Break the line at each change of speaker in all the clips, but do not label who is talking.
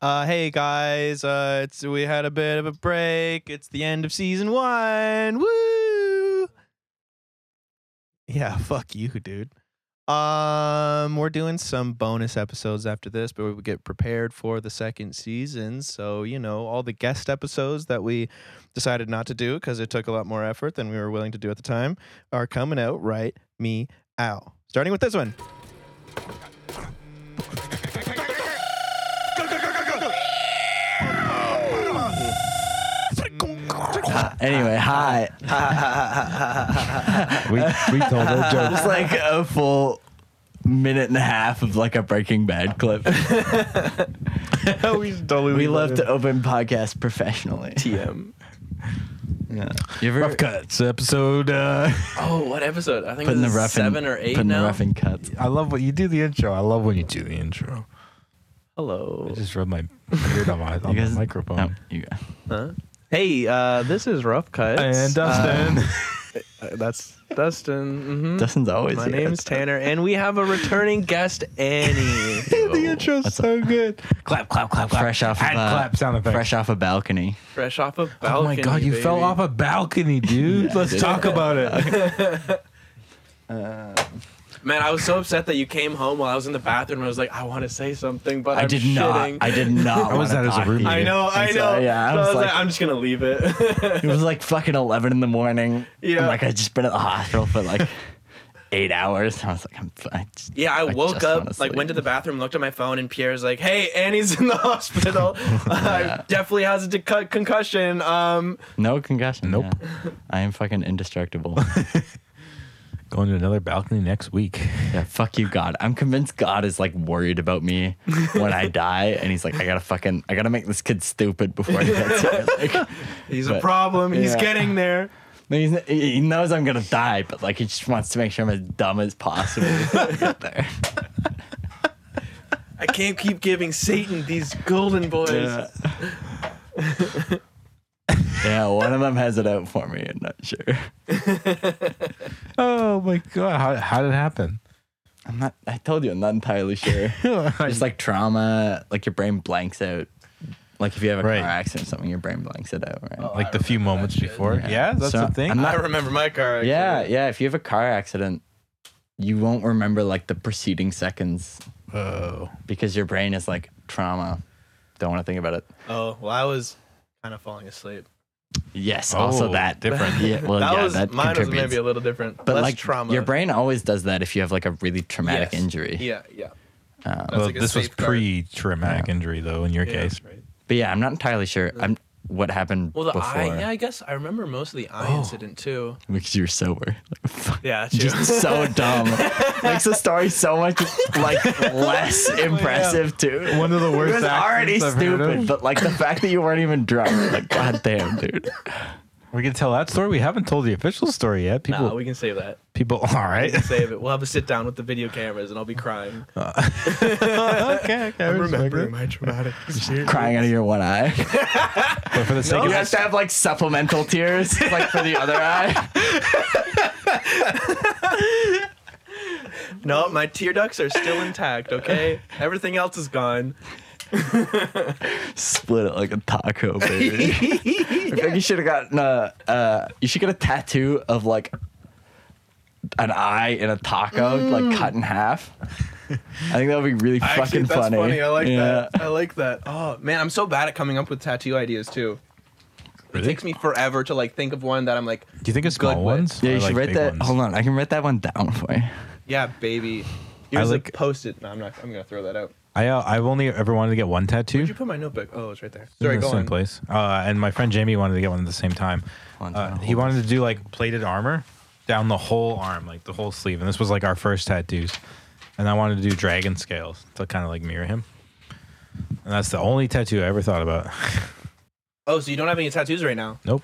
Uh, hey guys, uh, it's we had a bit of a break. It's the end of season one. Woo! Yeah, fuck you, dude. Um, we're doing some bonus episodes after this, but we get prepared for the second season. So you know, all the guest episodes that we decided not to do because it took a lot more effort than we were willing to do at the time are coming out right me out. Starting with this one.
Anyway, hi.
We, we told our
It's
jokes.
like a full minute and a half of like a Breaking Bad clip.
we totally
We love to open podcasts professionally.
TM.
Yeah.
You ever, rough cuts episode. Uh,
Oh, what episode? I think
Putting the
this is
rough in-
seven or eight
Putting
now.
the rough in cuts.
I love when you do the intro. I love when you do the intro. I
Hello.
just rubbed my beard on my, on
You guys-
my microphone.
Oh, you go.
Huh? Hey, uh, this is Rough Cuts.
And Dustin.
Uh, that's Dustin. hmm
Dustin's always
My
here.
name's Tanner, and we the returning guest, Annie.
intro's so good.
clap, clap, clap, clap. Fresh off of
Add
a,
clap sound effects.
Fresh off a balcony.
Fresh off a balcony.
oh my god, you fell
baby.
off a balcony, dude. Let's talk about it.
Man, I was so upset that you came home while I was in the bathroom. I was like, I want to say something, but
I
I'm
did
shitting.
not. I did not.
I was
wanna
at his
talk to
roommate.
you.
I
know, I
And
know.
so, yeah, I
So
was,
like,
like,
I'm just gonna leave it.
it was like fucking eleven in the morning.
Yeah.
I'm like I just been at the hospital for like eight hours. I was like, I'm fine.
yeah, I woke
just wanna
up, like went to
sleep.
the bathroom, looked at my phone, and Pierre's like, "Hey, Annie's in the hospital. uh, definitely has a de- con- concussion. Um,
No concussion.
Nope.
yeah. I am fucking indestructible.
Going to another balcony next week.
yeah, fuck you, God. I'm convinced God is like worried about me when I die, and he's like, I gotta fucking, I gotta make this kid stupid before he gets here. Like,
he's a
But-
problem. He's
yeah.
getting there.
no, he's, he knows I'm gonna die, but like he just wants to make sure I'm as dumb as possible before I get there.
I can't keep giving Satan these golden boys.
Yeah. yeah, one of them has it out for me. I'm not sure.
Oh my god, how, how did it happen?
I'm not. I told you, I'm not entirely sure. Just like trauma, like your brain blanks out. Like if you have a
Right.
car accident or something, your brain blanks it out, right?
like the few moments before. Yeah, that's
So,
the thing.
I'm
I
not-
remember my car. accident.
yeah, yeah. If you have a car accident, you won't remember like the preceding seconds
Oh. Whoa.
because your brain is like trauma. Don't want to think about it.
Oh well, I was kind of falling asleep.
Yes,
Oh,
also that
different.
Yeah, well,
that
yeah,
was
that
mine was
contributes.
maybe a little different.
but
Less
like
trauma.
your brain always does that if you have like a really traumatic
Yes.
injury.
Yeah, yeah.
Um,
That's
Well,
like a
this was
safeguard.
pre-traumatic injury, though. In your
Yeah.
case,
But yeah, I'm not entirely sure. I'm what happened
Well, the
before
eye. Yeah, I guess I remember most of the eye incident too.
because you were sober. Like, fuck,
Yeah, that's
just
you.
so dumb. Makes the story so much like less impressive too.
one of the
It
worst.
was already
accidents I've heard of.
stupid, but like the fact that you weren't even drunk, like goddamn, dude.
We can tell that story. We haven't told the official story yet. People,
Nah, we can save that.
people. All right.
Save it. We'll have a sit down with the video cameras, and I'll be crying.
okay. okay I respect it.
my traumatic experience.
Crying out of your one eye.
But for the sake
You
of
have to have like supplemental tears, like for the other eye.
No, my tear ducts are still intact. Okay, everything else is gone.
Split it like a taco, baby. I think you should have gotten a. Uh, you should get a tattoo of like an eye in a taco, like cut in half. I think that would be really fucking
Actually, that's
funny.
I like
Yeah.
that. I like that. Oh man, I'm so bad at coming up with tattoo ideas too. It takes me forever to like think of one that I'm like,
Do you think it's
good
small
with.
ones?
Yeah,
or,
you should
like,
write
big
that.
ones?
Hold on, I can write that one down for you.
yeah, baby. Here's
like-
like post it. No, I'm not. I'm gonna throw that out.
I uh, I've only ever wanted to get one tattoo.
Where'd you put my notebook? Oh, it's right there.
in
Sorry,
the
go
same
on.
place. Uh, and my friend Jamie wanted to get one at the same time.
Hold on,
Uh,
hold
he wanted to do like plated armor down the whole arm, like the whole sleeve. And this was like our first tattoos. And I wanted to do dragon scales to kind of like mirror him. And that's the only tattoo I ever thought about.
Oh, so you don't have any tattoos right now?
nope.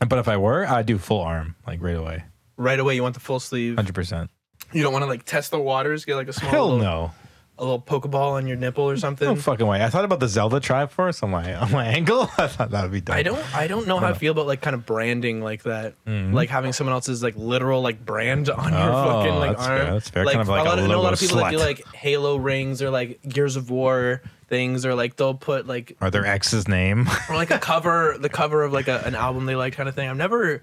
But if I were, I'd do full arm like right away,
Right away, you want the full sleeve.
hundred percent.
You don't want to like test the waters, get like a small.
Hell
little-
no.
a little pokeball on your nipple or something.
No fucking way. I thought about the Zelda tribe first on my on my ankle. I thought that would be dumb.
I don't I don't know how I feel about like kind of branding like that. Like having someone else's like literal like brand on your
Mm-hmm. Oh,
fucking like
that's
arm.
fair, that's fair.
Like,
Kind of like
a lot
a
of, I know a lot
logo
of people that do
slut.
like Halo rings or like Gears of War things or like they'll put like
Or their ex's name.
or like a cover the cover of like a, an album they like kind of thing. I've never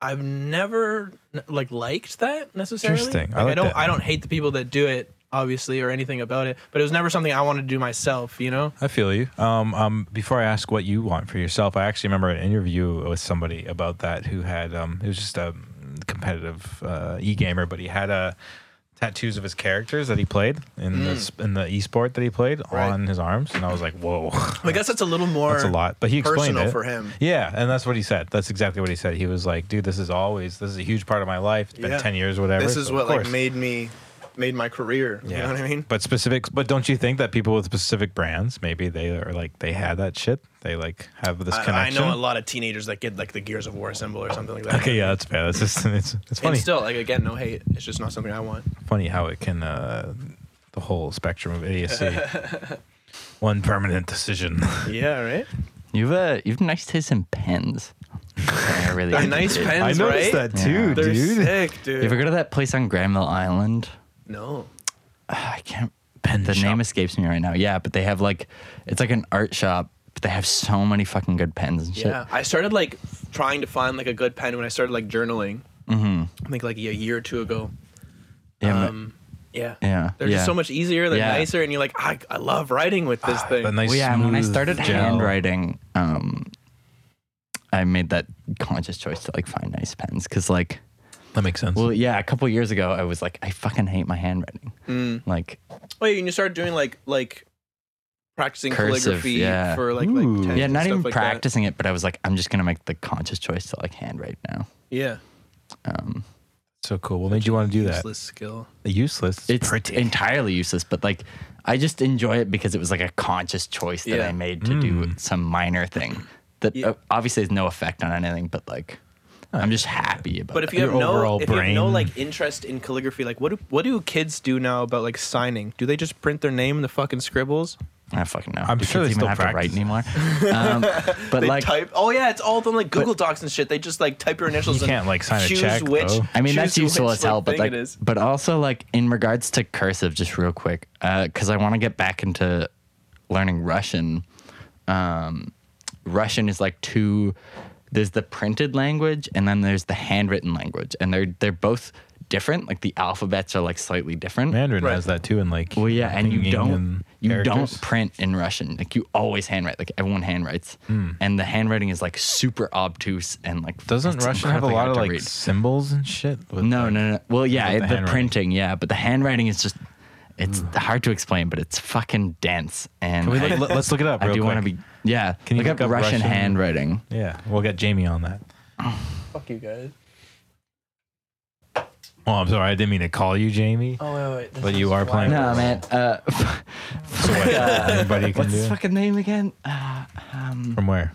I've never n- like liked that necessarily.
Interesting.
Like,
I
I
like
don't
that.
I don't hate the people that do it obviously or anything about it, but it was never something I wanted to do myself, you know?
I feel you. Um, um, before I ask what you want for yourself, I actually remember an interview with somebody about that who had um, it was just a competitive uh, e gamer, but he had uh, tattoos of his characters that he played in the sp- in the esport that he played
Mm. Right.
on his arms, and I was like, whoa,
I guess that's a little more
that's a lot. But he explained
personal
it.
for him.
Yeah, and that's what he said. That's exactly what he said. He was like, dude, this is always this is a huge part of my life. It's been
Yeah.
ten years, whatever.
this is
so of
what like
course.
made me made my career you know what i mean
But specific, but don't you think that people with specific brands, maybe they are like they had that shit. They like have this
I, I
connection.
know a lot of teenagers that get like the gears of war symbol or something like that
Okay, yeah, that's bad. That's just it's it's
and
funny.
still like again no hate it's just not something i want
funny how it can uh, the whole spectrum of idiocy. One permanent decision.
yeah right
You've uh, you've nice taste in pens. I really
they're
do,
nice
dude.
pens
I noticed
right?
that too,
Yeah.
they're
dude.
sick dude
You ever go to that place on Granville Island?
no
Ah,
I can't. the name escapes me right now. Yeah, but they have like, it's like an art shop. But they have so many fucking good pens and shit.
yeah i started like f- trying to find like a good pen when i started like journaling mm-hmm. i think like a year or two ago
Yeah, but-
um yeah
Yeah,
they're
yeah.
just so much easier they're
Yeah. Ah,
nicer and you're like i, I love writing with this thing
The Ah, nice
well, yeah. and When I
smooth
started
gel.
handwriting, um, I made that conscious choice to like find nice pens because like,
that makes sense.
well, yeah, a couple years ago I was like, I fucking hate my handwriting. Like,
Wait, Mm. Oh, and you started doing like like practicing
Cursive,
calligraphy
yeah.
for like like
Ooh.
tests
yeah,
and
not
stuff
even
like that?
practicing it, but I was like, I'm just gonna make the conscious choice to like handwrite now.
Yeah,
Um,
so cool. What made you want to do that?
useless skill.
Useless. It's,
it's
pretty.
entirely useless, but like, I just enjoy it because it was like a conscious choice that
Yeah.
I made to do
Mm.
some minor thing that
Yeah.
uh, obviously has no effect on anything, but like,
Oh,
I'm just happy about.
But if
it.
you have
Your
no
overall
if you have no
brain.
like interest in calligraphy, like what do what do kids do now about like signing? Do they just print their name in the fucking scribbles?
I fucking know.
I'm
Do
sure
kids
they
even
still
have
practice.
to write anymore. Um, but
They
like,
type. Oh yeah, it's all done like Google Docs and shit. They just like type your initials.
You
and
can't, like, sign a
choose
check,
Which,
though.
I mean,
choose
that's useful
which,
as hell.
like,
But
thing
like,
it is.
but also like in regards to cursive, just real quick, because I want to get back into learning Russian. Um, Russian is like two. There's the printed language, and then there's the handwritten language, and they're they're both different. Like the alphabets are like slightly different.
Mandarin
Right.
has that too, and like.
Well, yeah, and you
pinyin
don't
and
you
characters.
don't print in Russian. Like you always handwrite. Like everyone handwrites,
Hmm.
and the handwriting is like super obtuse and like.
Doesn't
it's
Russian have a
incredibly
lot
hard
of
to
like
read.
symbols and shit? With,
No,
like-
no, no. Well, yeah,
About the
the,
handwriting. Hmm.
printing, yeah, but the handwriting is just. It's hard to explain, but it's fucking dense. And
Can we
I-
look, let's look it up.
I,
real
do want to
quick.
be. Yeah,
Can you
look,
look
up,
up
Russian,
Russian-
handwriting.
Yeah, we'll get Jamie on that.
fuck you guys.
Oh, I'm sorry. I didn't mean to call you Jamie.
Oh wait, wait. this
But
is
you are
why-
playing-
No, man. Uh,
So what? Anybody can
what's
do
his
it?
fucking name again? Uh, um,
From where?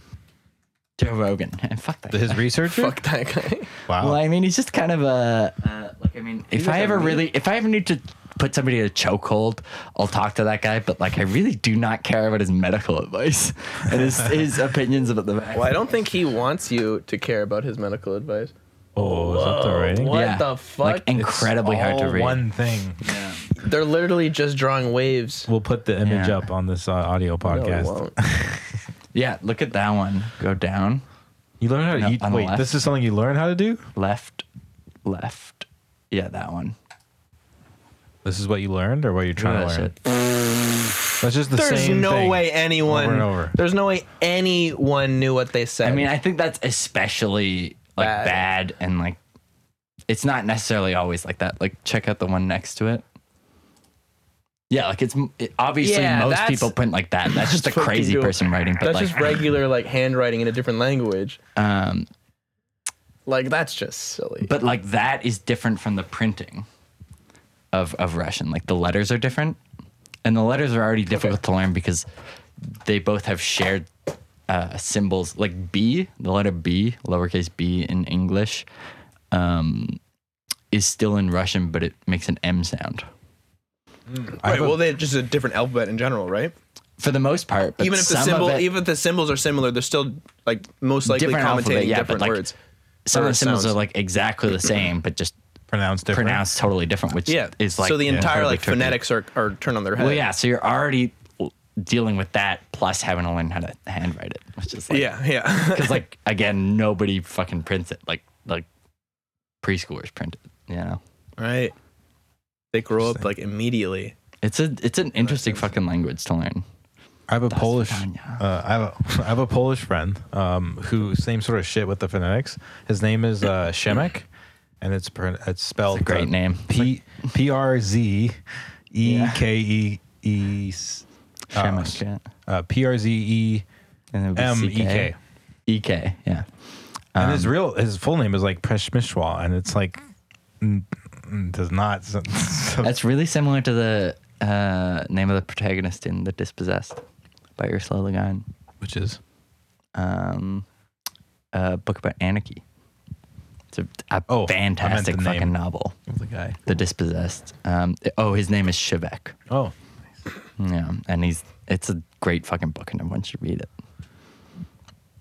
Joe Rogan. And fuck that.
His
guy.
researcher?
Fuck that guy.
Wow.
Well, I mean, he's just kind of a. Uh, like, I mean, if I ever really, if I ever need to put somebody in a chokehold, I'll talk to that guy. But like, I really do not care about his medical advice and his, his opinions about the vaccine.
Well, I don't think he wants you to care about his medical advice.
oh, is that the writing?
What
Yeah.
the fuck?
Like incredibly hard to
All
read.
One thing.
They're literally just drawing waves.
We'll put the image
Yeah.
up on this uh, audio
No, it
podcast.
won't.
Yeah, look at that one. Go down,
you learn how to
No,
eat.
on the
Wait,
left.
this is something you learn how to do?
left, left. Yeah, that one.
This is what you learned or what you're trying
Look
to
at
learn?
that shit.
That's just the
There's
same
no
thing.
way anyone.
over and over.
There's no way anyone knew what they said.
I mean, I think that's especially like
Bad.
bad. and like it's not necessarily always like that. Like check out the one next to it. Yeah, like it's m- it, obviously
Yeah,
most
that's-
people print like that. That's just a
what you
crazy
do.
person writing. But
that's
like,
just regular like handwriting in a different language.
um,
Like that's just silly.
but like that is different from the printing of of Russian. Like the letters are different, and the letters are already difficult to learn because they both have shared uh, symbols. Like B, the letter B, lowercase b in English, um, is still in Russian, but it makes an M sound.
I
Right.
have a-
Well, they're just a different alphabet in general, right?
for the most part. But
even if the
some
symbol,
of it,
even if the symbols are similar, they're still like most likely
Different
commentating
alphabet, yeah, but,
different
like,
words.
some of
or
the symbols
sounds.
are like exactly the same, but just
pronounced different.
pronounced totally different, which
Yeah.
is like
so the entire
incredibly
like
tricky.
phonetics are, are turned on their head.
Well, yeah. So you're already dealing with that, plus having to learn how to handwrite it, which is like,
Yeah, yeah.
because like again, nobody fucking prints it. Like like preschoolers print it. You know,
right. They grow up like immediately.
it's a it's an interesting fucking language to learn.
I have a Polish.
Tanya.
Uh, I have a I have a Polish friend um, who same sort of shit with the phonetics. His name is uh, Shemek, and it's pron- it's spelled
It's a great
uh,
name.
P P R Z E
Yeah.
K E E S- uh,
Shemek, yeah.
uh, P R Z E
And it would be
M E K.
CK. Ek, yeah.
And
Um,
his real his full name is like Preshmishwa, and it's like n- n- does not. s- s-
That's really similar to the uh, name of the protagonist in The Dispossessed by Ursula Le Guin.
which is
Um, a book about anarchy. It's a, a
Oh, I meant
fantastic
the name.
fucking novel.
the guy.
The Dispossessed. Um, oh, his name is Shivek.
Oh,
Yeah, and he's it's a great fucking book, and everyone should read it.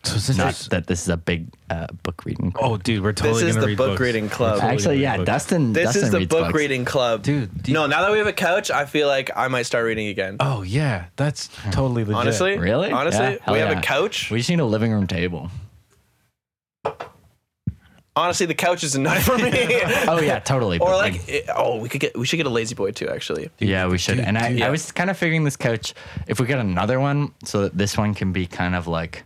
so since
Not
it's-
that this is a big uh, book reading.
oh, dude, we're totally
This is
gonna
the
read
book
books.
reading club.
We're totally
actually,
gonna
yeah,
read books.
Dustin.
This
Dustin
is the
reads
book
books.
reading club.
Dude, do you-
no, now that we have a couch, I feel like I might start reading again.
Oh yeah, that's
Hmm.
totally legit.
Honestly?
Really?
Honestly?
Yeah, hell
we have
yeah.
a couch.
We just need a living room table.
Honestly, the couch is enough for me.
Oh yeah, totally.
or
but,
like, it- oh, we could get we should get a lazy boy too. Actually,
yeah, we should.
dude,
and I,
dude.
I was kind of figuring this couch if we get another one, so that this one can be kind of like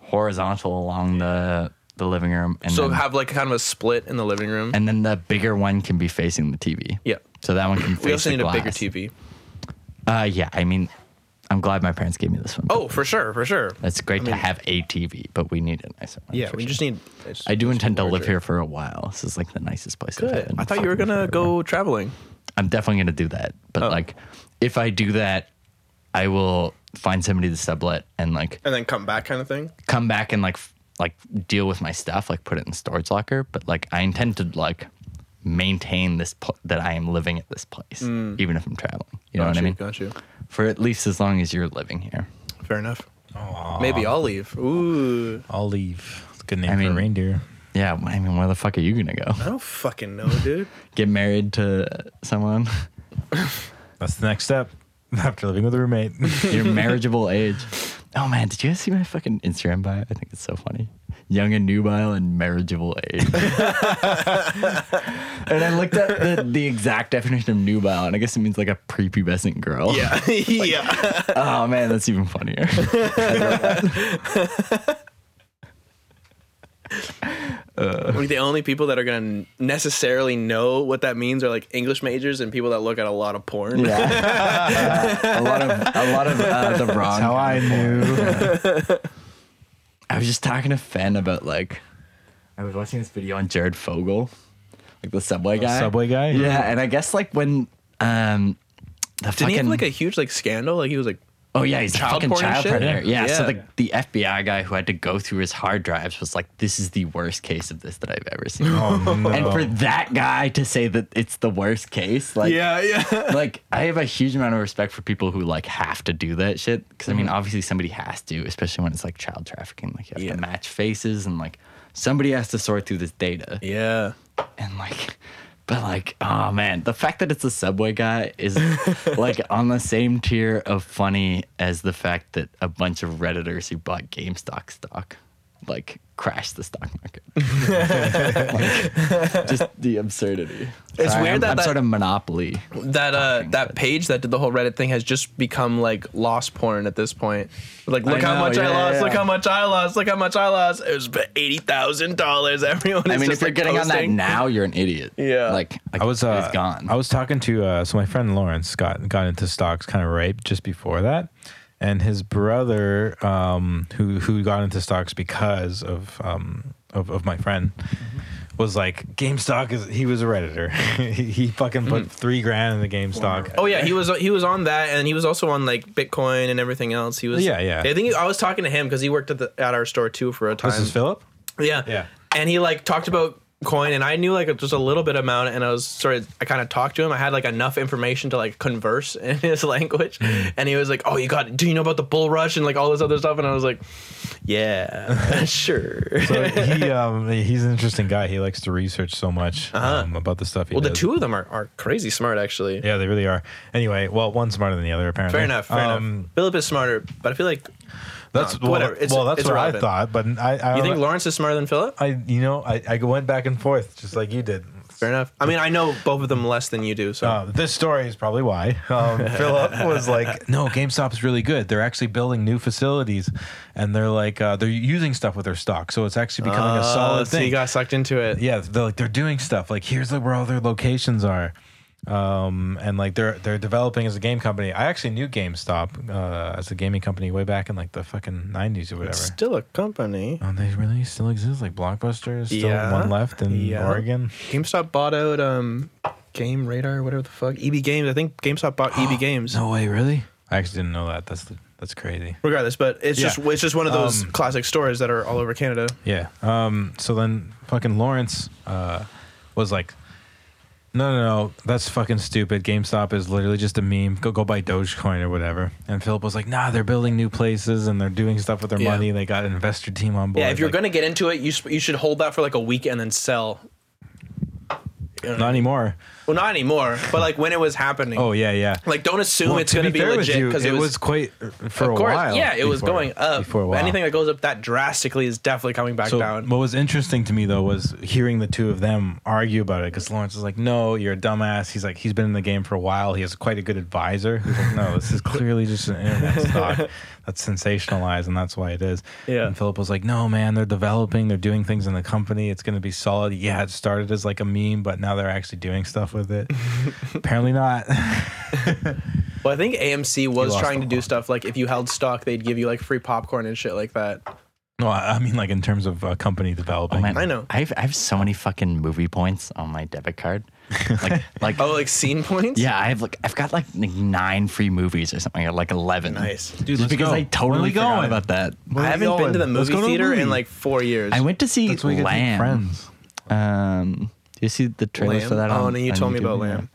horizontal along the the living room, and
so
then,
have like kind of a split in the living room.
and then the bigger one can be facing the TV.
Yeah.
So that one can. face
we also
the
need a bigger
glass.
TV.
Uh, yeah. I mean, I'm glad my parents gave me this one.
Oh, for sure, for sure.
That's great to have a TV, but we need a nicer one.
Yeah,
for
we
sure.
just need.
I do intend to live here for a while. This is like the nicest place. I've
Good.
lived in
I thought you were
fucking
gonna
forever.
go traveling.
I'm definitely gonna do that. But
Oh.
like, if I do that, I will find somebody to sublet and like
and then come back kind of thing.
come back and like f- like deal with my stuff, like put it in storage locker. But like, I intend to like maintain this pl- that I am living at this place, even if I'm traveling. You know what I mean?
Got you.
For at least as long as you're living here.
Fair enough. Maybe I'll leave. Ooh,
I'll leave. It's a good name
I
for
mean-
a reindeer.
Yeah, I mean, where the fuck are you gonna go?
I don't fucking know, dude.
Get married to someone?
That's the next step after living with a roommate.
your marriageable age. Oh man, did you guys see my fucking Instagram bio? I think it's so funny. Young and nubile and marriageable age. and I looked at the, the exact definition of nubile, and I guess it means like a prepubescent girl.
yeah, yeah.
Oh man, that's even funnier.
Like the only people that are gonna necessarily know what that means are like English majors and people that look at a lot of porn.
yeah. a lot of a lot of uh, the wrong.
How I knew.
I was just talking to Fenn about like I was watching this video on Jared Fogle, like the subway guy.
subway guy?
Yeah, and I guess like when um the
Didn't
fucking
he have like a huge like scandal? Like he was like,
oh yeah he's
child
a fucking
porn and
child
shit?
predator. Yeah. So
Yeah.
the the FBI guy who had to go through his hard drives was like, this is the worst case of this that I've ever seen.
Oh, no.
And for that guy to say that it's the worst case, like
yeah.
like I have a huge amount of respect for people who like have to do that shit because I
Mm-hmm.
mean obviously somebody has to, especially when it's like child trafficking. Like you have
Yeah.
to match faces and like somebody has to sort through this data
Yeah.
and like. But like, oh man, the fact that it's a subway guy is like on the same tier of funny as the fact that a bunch of redditors who bought GameStop stock like crashed the stock market. Like, just the absurdity.
It's weird
I'm,
that
I'm
that-
sort of monopoly.
That uh, that page that did the whole Reddit thing has just become like lost porn at this point. Like, look how
know,
much I
yeah,
lost.
yeah,
Look
yeah.
how much I lost. Look how much I lost. It was eighty thousand dollars. Everyone. Is
I mean,
just,
if you're
like,
getting
posting.
on that now, you're an idiot.
Yeah.
Like, like
I was uh,
it's gone.
I was talking to uh, so my friend Lawrence got got into stocks kind of right just before that, and his brother um, who who got into stocks because of um, of, of my friend
Mm-hmm.
was like GameStop is he was a redditor he, he fucking put three grand in the GameStop.
Mm-hmm. Oh yeah, he was he was on that, and he was also on like Bitcoin and everything else. He was
Yeah, yeah.
I think I was talking to him because he worked at the at our store too for a time.
this is Philip.
Yeah,
Yeah.
And he like talked about coin, and I knew like just a little bit amount, and I was sort of I kind of talked to him. I had like enough information to like converse in his language,
Mm.
and he was like, "Oh, you got? Do you know about the bull rush and like all this other stuff?" And I was like, "Yeah, sure."
So he um he's an interesting guy. He likes to research so much um, about the stuff. He
Uh-huh. well, the
does.
two of them are, are crazy smart, actually.
Yeah, they really are. Anyway, well, one's smarter than the other, apparently.
Fair enough. Fair
Um,
enough. Philip is smarter, but I feel like
That's
No,
well,
whatever. It's-
well, that's
it's
what
relevant.
I thought, but I, I
you think Lawrence is smarter than Philip.
I you know I, I went back and forth just like you did.
Fair enough. I mean, I know both of them less than you do, so
Uh, this story is probably why um, Philip was like, "No, GameStop is really good. They're actually building new facilities, and they're like uh, they're using stuff with their stock, so it's actually becoming a
Oh,
solid
so
thing."
you got sucked into it.
yeah, they're like they're doing stuff. Like here's where all their locations are, um, and like they're they're developing as a game company. I actually knew GameStop uh, as a gaming company way back in like the fucking nineties or whatever.
Still a company.
Oh, they really still exist, like Blockbuster. is Still
Yeah.
one left in
Yeah.
Oregon.
GameStop bought out um, Game Radar, whatever the fuck, EB Games. I think GameStop bought EB Games.
way, really? I actually didn't know that. That's that's crazy.
Regardless, but it's
Yeah.
just it's just one of those
Um,
classic stories that are all over Canada.
Yeah. Um. So then, fucking Lawrence, uh, was like, no, no, no, that's fucking stupid. GameStop is literally just a meme. Go, go buy Dogecoin or whatever. And Philip was like, nah, they're building new places and they're doing stuff with their
Yeah.
money. They got an investor team on board.
Yeah, if you're
Like,
gonna get into it, you sp- you should hold that for like a week and then sell. You know?
not anymore.
well, not anymore. But like when it was happening,
Oh yeah, yeah.
like don't assume
Well,
it's gonna be,
fair with
legit
you,
because
it, was, quite uh, for
of
a
course,
while.
yeah, it was
before-
going up.
for a while.
Anything that goes up that drastically is definitely coming back
So
down.
what was interesting to me though was hearing the two of them argue about it because Lawrence is like, "No, you're a dumbass." He's like, he's been in the game for a while. He has quite a good advisor. He's like, "No, this is clearly just an internet stock that's sensationalized, and that's why it is."
Yeah.
And Philip was like, "No, man, they're developing. They're doing things in the company. It's going to be solid. Yeah, it started as like a meme, but now they're actually doing stuff with it. Apparently not.
Well, I think AMC was
lost
trying
the
to do
plot.
stuff like if you held stock, they'd give you like free popcorn and shit like that.
no, I I mean like in terms of uh, company
Oh,
developing.
I know.
I have, I have so many fucking movie points on my debit card. Like, like
Oh, like scene points?
yeah, I have like I've got like nine free movies or something, or like eleven.
Nice.
Dude,
Just
let's
because
go.
I totally
Where are we
forgot
going?
about that.
Where
I
are we
haven't been
going?
to the
Let's
movie
go to a
theater in
movie.
like four years.
I went to see
That's why you get
Lamb.
friends.
Um, do you see the trailer
Lamb?
for that?
Oh,
on-
no, you
on
told me
YouTube?
about
Yeah.
Lamb.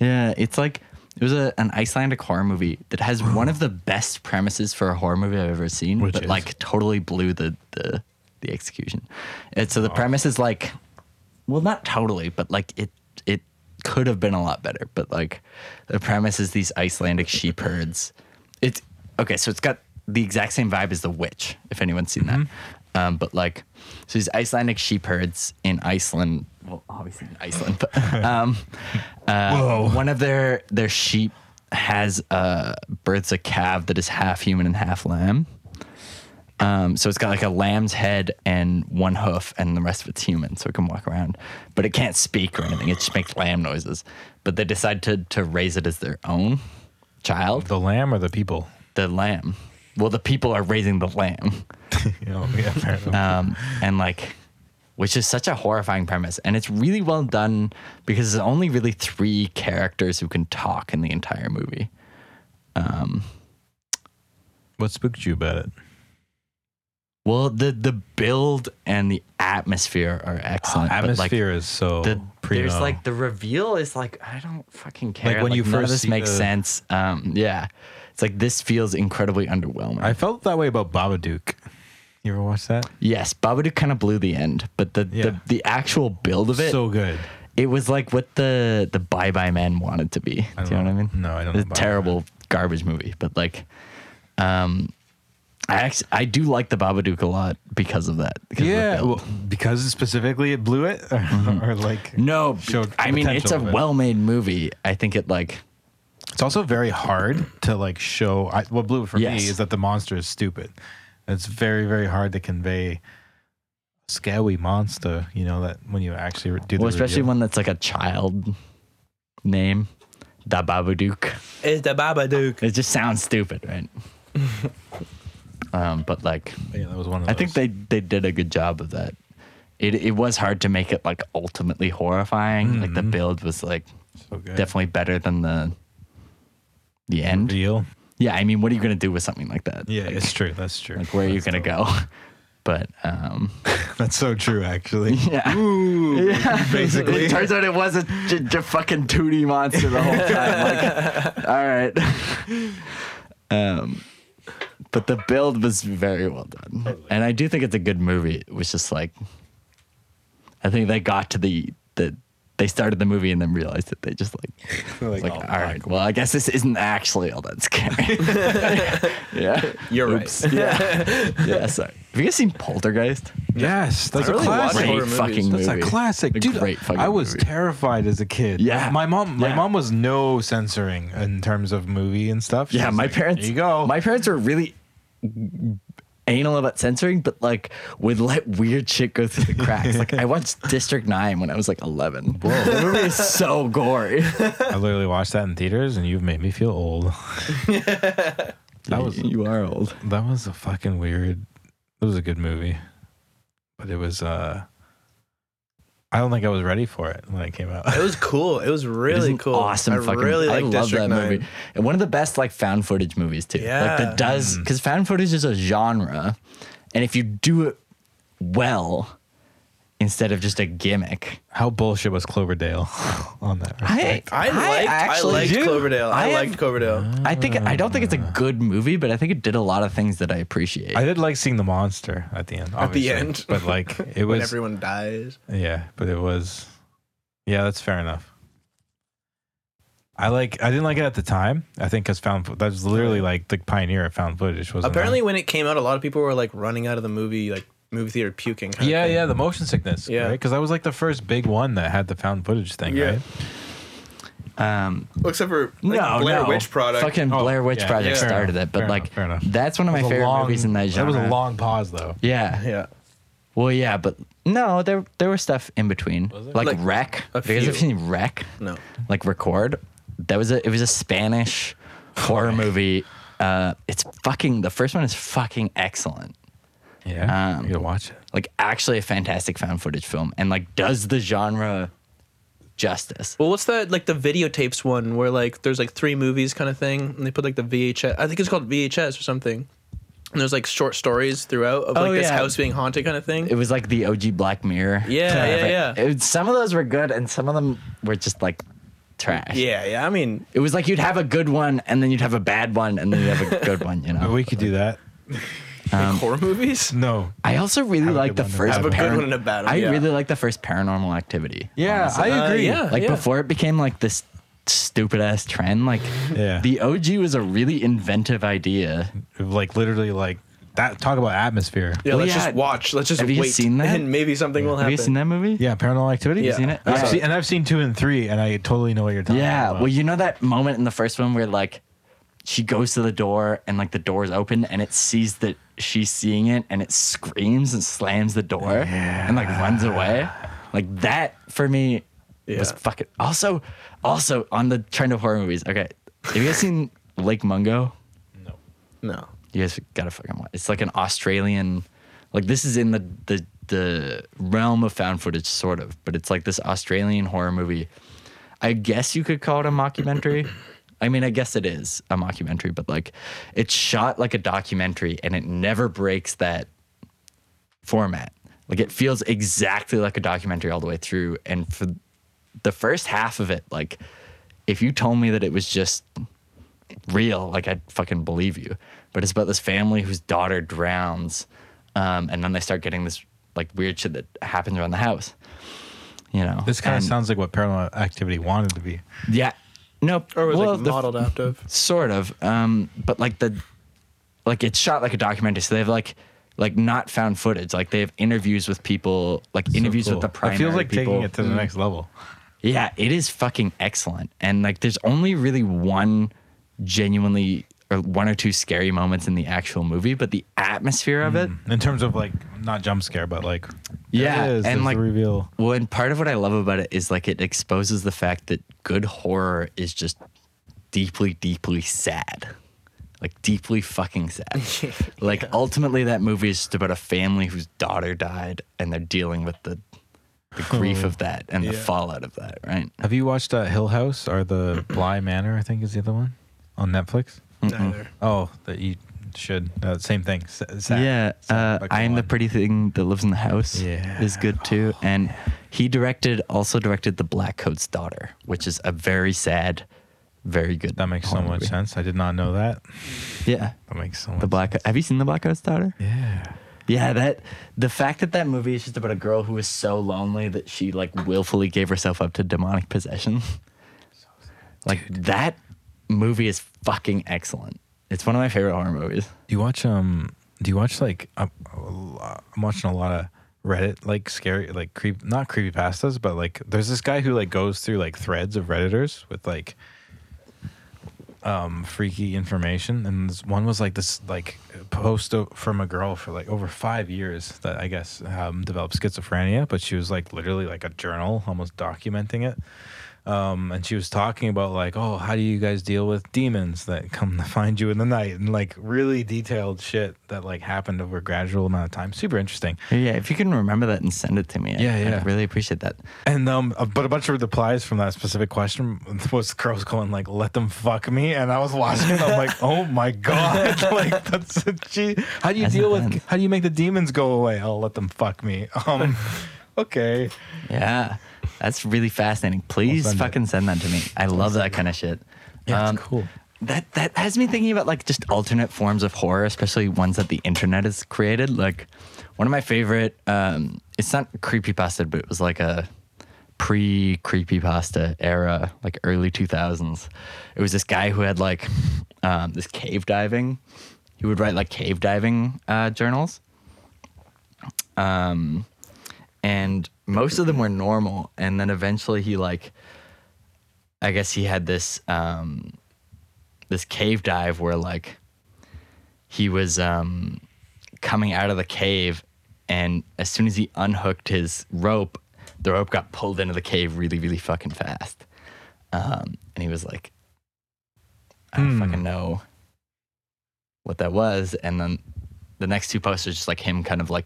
Yeah, it's like it was a, an Icelandic horror movie that has one of the best premises for a horror movie I've ever seen,
Which
but
is?
like totally blew the the, the execution. And so the premise is like, well, not totally, but like it it could have been a lot better. But like the premise is these Icelandic sheep herds. It's okay, so it's got the exact same vibe as The Witch, if anyone's seen that. Um, but like, so these Icelandic sheep herds in Iceland. Well, obviously in Iceland, but um, uh,
Whoa.
one of their their sheep has uh, births a calf that is half human and half lamb. Um, so it's got like a lamb's head and one hoof, and the rest of it's human, so it can walk around. But it can't speak or anything; it just makes lamb noises. But they decide to to raise it as their own child,
The lamb or the people?
the lamb. Well, the people are raising the lamb,
You know, yeah, fair enough.
um, and like, which is such a horrifying premise, and it's really well done because there's only really three characters who can talk in the entire movie. Um,
what spooked you about it?
Well, the the build and the atmosphere are excellent. but, like,
Atmosphere is so
the
primo.
there's like the reveal is like I don't fucking care.
when you
none of
first
this
see
makes
the-
sense. Um, yeah, it's like this feels incredibly underwhelming.
I felt that way about Babadook. You ever watch that?
yes, Babadook kind of blew the end, but the,
Yeah.
the the actual build of it,
so good.
it was like what the the Bye Bye Man wanted to be.
I
Do you know,
don't
what I
know.
mean?
No, I don't know
It's a
Bye Bye
terrible garbage movie, but like, um, I actually I do like the Babadook a lot because of that. because of the build.
well, because specifically it blew it, or,
Mm-hmm.
or like
No, b-
showed
I mean it's
potential
a
of it.
well-made movie. I think it like
It's also very hard to like show. I, what blew it for
Yes.
me is that the monster is stupid. It's very very hard to convey scary monster. You know that when you actually re- do the
well, especially
reveal.
one that's like a child name, the Babadook.
It's the Babadook.
It just sounds stupid, right? um, but like,
Yeah, that was one of
I think
those.
they they did a good job of that. It it was hard to make it like ultimately horrifying. Like
Mm-hmm.
the build was like
so good.
definitely better than the the end.
reveal.
Yeah, I mean, what are you gonna do with something like that?
Yeah,
Like-
it's true. That's true.
Like, where are you
That's
gonna
dope.
go? But um,
That's so true, actually.
yeah.
Ooh,
Yeah.
basically.
it turns out it was a j- j- fucking 2D monster the whole time. Like, all right. Um, but the build was very well done, and I do think it's a good movie. It was just like, I think they got to the the they started the movie and then realized that they just like,
Like,
it's like
oh,
all right, well, I guess this isn't actually all that scary. yeah,
You're right.
Oops. Yeah, yeah. Sorry. Have you guys seen Poltergeist?
Yes, that's
I
a
really watch
classic.
horror
Great
movies.
fucking
That's
movie.
a classic,
A
dude.
great fucking
I was
movie.
terrified as a kid.
Yeah.
my mom, my
Yeah.
mom was no censoring in terms of movie and stuff. She
Yeah,
was
my
like,
parents.
There you go.
My parents were really anal about censoring, but like would let weird shit go through the cracks. like I watched District Nine when I was like eleven. Whoa, that movie is so gory.
I literally watched that in theaters, and you've made me feel old. that was
you are old.
that was a fucking weird. It was a good movie, but it was. uh I don't think I was ready for it when it came out.
It was cool. It was
It is
really
an
cool.
Awesome.
I
fucking,
really
I
like
love
District
that
9.
movie. And one of the best like found footage movies too. Like
Yeah.
that does because found footage is a genre, and if you do it well, instead of just a gimmick.
How bullshit was Cloverdale on that?
I,
I liked, I,
actually
liked
do.
Cloverdale. I,
have-
liked Cloverdale.
I think I don't think it's a good movie, but I think it did a lot of things that I appreciate.
Mm. I did like seeing the monster at the end. Obviously.
end.
but like
when
it was
everyone dies.
Yeah, but it was. Yeah, that's fair enough. I like. I didn't like it at the time. I think because found fo- that was literally like the pioneer of found footage was
Apparently, when it came out, a lot of people were like running out of the movie, like movie theater puking. kind of
Yeah,
thing.
yeah, the motion sickness.
Yeah.
Yeah, because that was like the first big one that had the found footage thing,
Yeah.
right?
Um,
Except for like,
no,
Blair
no.
Witch product.
Fucking
Oh,
Blair Witch
yeah,
Project
yeah. Fair
started
enough,
it, but
fair
like
enough, fair enough.
that's one of my
It was a
favorite
long-
movies in that genre.
That was a long pause though.
Yeah.
yeah.
Well, yeah, but no, there there was stuff in between, like,
Like,
Wreck.
a
Have you guys ever
few.
seen Wreck?
No.
Like Record. That was a it was a Spanish horror movie. Uh, it's fucking the first one is fucking excellent.
Yeah,
Um,
you gotta watch it.
Like actually a fantastic found footage film, and like does the genre justice.
Well, what's that like the videotapes one where like there's like three movies kind of thing, and they put like the VHS. I think it's called VHS or something. And there's like short stories throughout of like
Oh,
this
yeah.
house being haunted kind of thing.
it was like the OG Black Mirror.
Yeah,
kind of
yeah,
thing.
yeah.
It was- some of those were good, and some of them were just like trash.
yeah, yeah. I mean,
It was like you'd have a good one, and then you'd have a bad one, and then you'd have a good one. You know.
we could do that.
Um,
like horror movies.
No.
I also really
a
like
good
the
one and
first.
a bad one.
Have a good one and a bad one,
I
yeah.
really like the first Paranormal Activity.
Yeah,
honestly.
I
Uh,
agree.
yeah.
like before it became like this stupid ass trend. Like
Yeah.
the OG was a really inventive idea.
Like literally, like that. Talk about atmosphere.
Yeah,
Well,
let's
yeah.
just watch. Let's just
Have
wait,
you seen that?
and maybe something will happen.
Have you seen that movie?
Yeah, Paranormal Activity.
Yeah.
You seen it?
I've
Yeah.
seen- and I've seen two and three, and I totally know what you're talking
Yeah.
about.
Well, you know that moment in the first one where like she goes to the door and like the door's open and it sees that she's seeing it and it screams and slams the door and like runs away. Like that for me was
Yeah.
fucking also also on the trend of horror movies. Okay. Have you guys seen Lake Mungo?
No.
You guys gotta fucking watch. It's like an Australian, like this is in the the the realm of found footage, sort of. But it's like this Australian horror movie. I guess you could call it a mockumentary. I mean, I guess it is a mockumentary, but like it's shot like a documentary, and it never breaks that format. Like it feels exactly like a documentary all the way through. And for the first half of it, like if you told me that it was just real, like I'd fucking believe you. But it's about this family whose daughter drowns, um, and then they start getting this like weird shit that happens around the house. You know,
This kind of
And-
sounds like what Paranormal Activity wanted to be.
yeah, nope.
Or was
well,
like
the-
modeled after.
sort of um but like the like it's shot like a documentary so they've like like not found footage like they have interviews with people like interviews with the primary
It feels like
people Mm-hmm.
taking it to the next level.
yeah it is fucking excellent and like there's only really one genuinely or one or two scary moments in the actual movie but the atmosphere of it
In terms of like not jump scare, but like
Yeah,
there it is,
and
there's
like-
the reveal.
Well, and part of what I love about it is like it exposes the fact that good horror is just deeply, deeply sad. Like deeply fucking sad. Like ultimately that movie is just about a family whose daughter died and they're dealing with the the grief of that and the fallout of that, right?
Have you watched uh, Hill House or the Bly Manor? I think is the other one on Netflix.
Neither.
Oh, that you should uh, same thing. S- Sa-
Yeah,
Sa-
uh,
Buckley
I am the
one.
pretty thing that lives in the house.
Yeah. Oh,
is good too. And he directed, also directed the Black Coat's Daughter, which is a very sad, very good.
That makes so
horror
much
movie.
sense. I did not know that.
Yeah,
That makes so much.
the Black. Have you seen the Black Coat's Daughter?
Yeah.
Yeah, that the fact that that movie is just about a girl who is so lonely that she like willfully gave herself up to demonic possession. Like that movie is fucking excellent. It's one of my favorite horror movies.
Do you watch um? Do you watch like I'm, I'm watching a lot of Reddit like scary like creep not creepy pastas but like there's this guy who like goes through like threads of redditors with like um freaky information and this one was like this like post o- from a girl for like over five years that I guess um, developed schizophrenia but she was like literally like a journal almost documenting it um, and she was talking about like, oh, how do you guys deal with demons that come to find you in the night, and like really detailed shit that like happened over a gradual amount of time. Super interesting.
Yeah, if you can remember that and send it to me, I-
Yeah,
I'd
yeah.
really appreciate that.
And um, but a bunch of replies from that specific question was girls going like, "Let them fuck me," and I was watching. it. I'm like, "Oh my god!" like that's she. How do you
That's
deal
not
with?
bad.
How do you make the demons go away? I'll let them fuck me. Um, okay.
Yeah, that's really fascinating. Please
send it.
fucking send that to me. I love that kind of shit. Um,
Yeah, it's cool.
That that has me thinking about like just alternate forms of horror, especially ones that the internet has created. Like one of my favorite, um, it's not creepypasta, but it was like a pre creepypasta era, like early two thousands. It was this guy who had like um, this cave diving. He would write like cave diving uh, journals Um, and most of them were normal and then eventually he like i guess he had this um this cave dive where like he was um coming out of the cave and as soon as he unhooked his rope the rope got pulled into the cave really really fucking fast um and he was like i don't
Hmm.
fucking know what that was and then the next two posts are just like him kind of like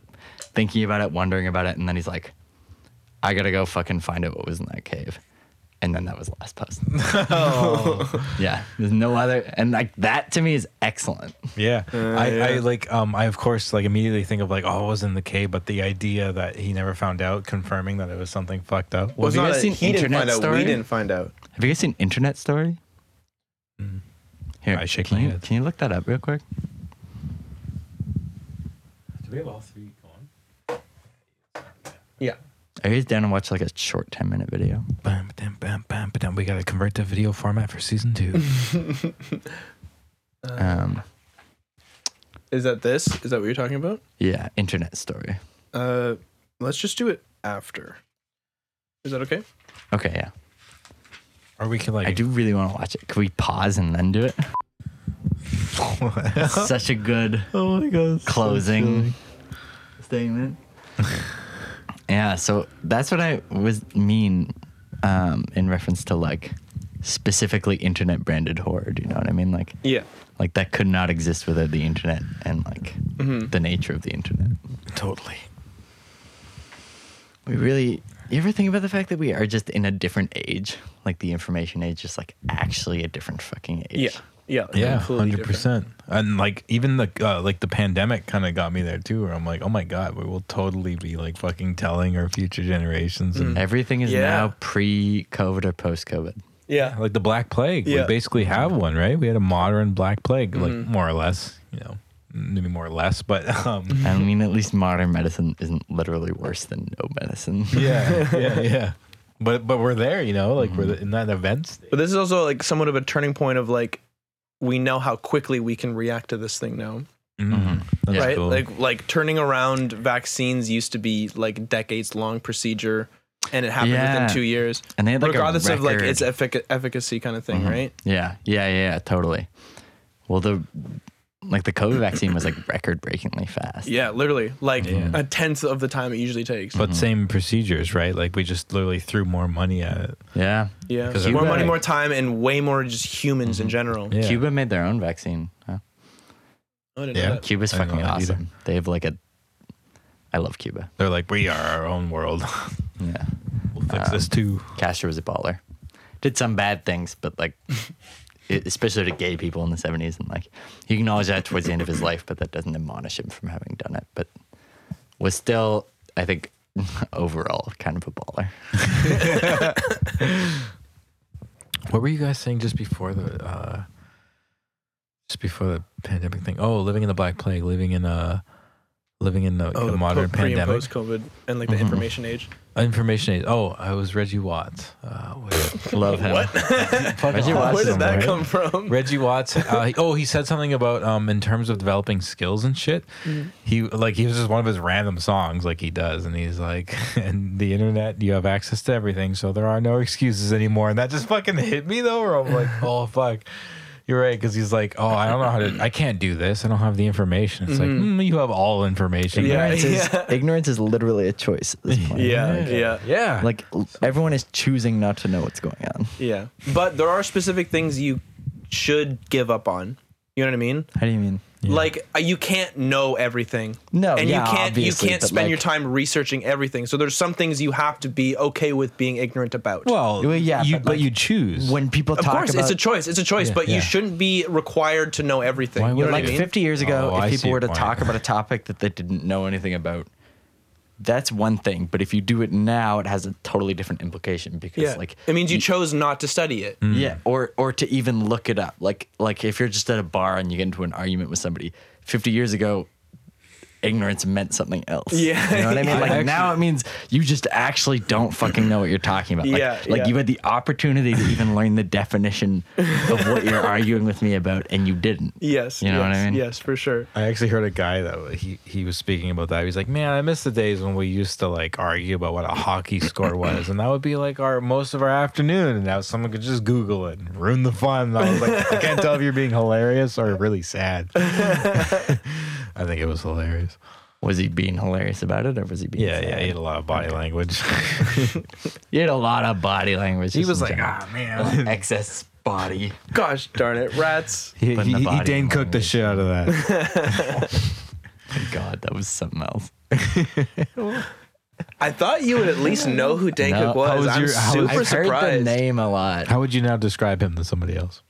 thinking about it, wondering about it, and then he's like, I gotta go fucking find out what was in that cave. And then that was the last post. yeah. There's no other and like that to me is excellent.
Yeah. I, I
Uh, yeah.
like um I of course like immediately think of like oh it was in the cave, but the idea that he never found out confirming that it was something fucked up.
Well,
it's
have you
not
guys
that
seen
he didn't
Internet
find out.
Story?
We didn't find out.
Have you guys seen Internet Story?
Mm.
Here,
I shake
can,
my
you,
head.
can you look that up real quick?
Do we have all three going?
Yeah.
I he's down and watch like a short ten minute video.
Bam bam bam bam bam. We gotta convert to video format for season two. Oh,
Um
Is that this? Is that what you're talking about?
yeah, internet story.
Uh, let's just do it after. Is that okay?
Okay, yeah.
or we can
I
like
do really want to watch it. Can we pause and then do it? Such a good
Oh my god.
closing statement. yeah, so that's what I was mean um, in reference to like specifically internet branded horror. Do you know what I mean? Like,
Yeah.
like that could not exist without the internet and like
Mm-hmm.
the nature of the internet.
Totally.
We really. You ever think about the fact that we are just in a different age? Like the information age is like actually a different fucking age.
Yeah. Yeah.
Yeah,
completely
hundred
different.
percent. And like even the uh, like the pandemic kind of got me there too, where I'm like, oh my god, we will totally be like fucking telling our future generations and
Everything is
Yeah.
now pre COVID or post COVID.
Yeah.
like the Black Plague.
Yeah. Mm-hmm.
We basically have one, right? We had a modern Black Plague, like more or less, you know, maybe more or less, but um,
I mean, at least modern medicine isn't literally worse than no medicine.
yeah, yeah, yeah. Mm-hmm. But but we're there, you know, like we're in that event. state.
But this is also like somewhat of a turning point of like we know how quickly we can react to this thing now.
Mm-hmm. That's
right?
cool.
Like like turning around vaccines used to be like decades long procedure and it happened
Yeah.
within 2 years.
And they had, like, a
regardless of like its
record.
effic- efficacy kind of
Mm-hmm.
thing, right?
Yeah, yeah, yeah, yeah, totally. Well, the like the COVID vaccine was like record breakingly fast.
Yeah, literally like a tenth of the time it usually takes.
but same procedures, right? Like we just literally threw more money at it.
Yeah.
yeah,
'Cause
more
they're-
money, more time, and way more just humans in general.
Mm-hmm. Yeah.
Cuba made their own vaccine. Huh?
I didn't
Yeah.
know that.
Cuba's
I didn't know
fucking
that either.
awesome. They have like a. I love Cuba.
They're like, we are our own world.
Yeah.
we'll fix this too.
Castro was a baller. Did some bad things, but like e, especially to gay people in the 70s. And like, he acknowledged that towards the end of his life, but that doesn't admonish him from having done it. But was still, I think, overall kind of a baller.
What were you guys saying just before the uh just before the pandemic thing? Oh, living in the Black Plague, living in uh living in the, the modern
Oh, pre and
pandemic. Mm-hmm.
post COVID and like the information age.
Information age. Oh, I was Reggie Watts. Uh, wait.
Love him. Reggie
Where
Watts
Where
is
did that
Right.
come from?
Reggie Watts. Uh, he- oh, he said something about um in terms of developing skills and shit.
Mm.
He like he was just one of his random songs like he does, and he's like, and the internet, you have access to everything, so there are no excuses anymore. And that just fucking hit me though, where I'm like, oh fuck. You're right, because he's like, oh, I don't know how to, I can't do this. I don't have the information. It's
Mm-hmm.
like, mm, you have all information.
Yeah.
Ignorance, Is, ignorance is literally a choice at this point.
Yeah,
Like,
yeah,
Yeah.
like l- everyone is choosing not to know what's going on.
yeah. But there are specific things you should give up on. You know what I mean?
How do you mean?
Like uh, you can't know everything.
No,
and
yeah,
you can't you
obviously,
can't
but,
spend your
like-
time researching everything. So there's some things you have to be okay with being ignorant about.
well,
Well, yeah,
yeah, you,
but,
but,
like,
you choose.
When people
of
talk
course,
about
it's a choice. It's a choice, but
yeah.
you shouldn't be required to know everything.
Why
you
would
know what
like
I mean?
50 years ago,
Oh,
if
I see
people
your
were to
point.
talk about a topic that they didn't know anything about, that's one thing. But if you do it now, it has a totally different implication because,
yeah.
like, Mm.
it means you chose not to study it.
yeah, or or to even look it up. Like like if you're just at a bar and you get into an argument with somebody, 50 years ago, ignorance meant something else.
Yeah.
you know what I mean. Like now it means you just actually don't fucking know what you're talking about. Like,
Yeah,
like
yeah.
you had the opportunity to even learn the definition of what you're arguing with me about, and you didn't.
Yes.
you know
yes,
what I mean.
Yes, for sure.
I actually heard a guy that he he was speaking about that. He's like, "Man, I miss the days when we used to like argue about what a hockey score was, and that would be like our most of our afternoon. And now someone could just Google it and ruin the fun." And I was like, "I can't tell if you're being hilarious or really sad." I think it was hilarious.
Was he being hilarious about it, or was he being?
Yeah, yeah,
sad?
he had a lot of body language.
He had a lot of body language.
he
just
was
in
like,
general.
"Ah, man."
excess body.
Gosh darn it, rats.
He,
Putting
he,
the
he
body
Dane cooked the
language.
shit out of that.
God, that was something else.
I thought you would at least know who Dankook
No,
was.
how was
I'm
your- how was-
super
I've heard the
surprised.
name a lot.
How would you now describe him to somebody else?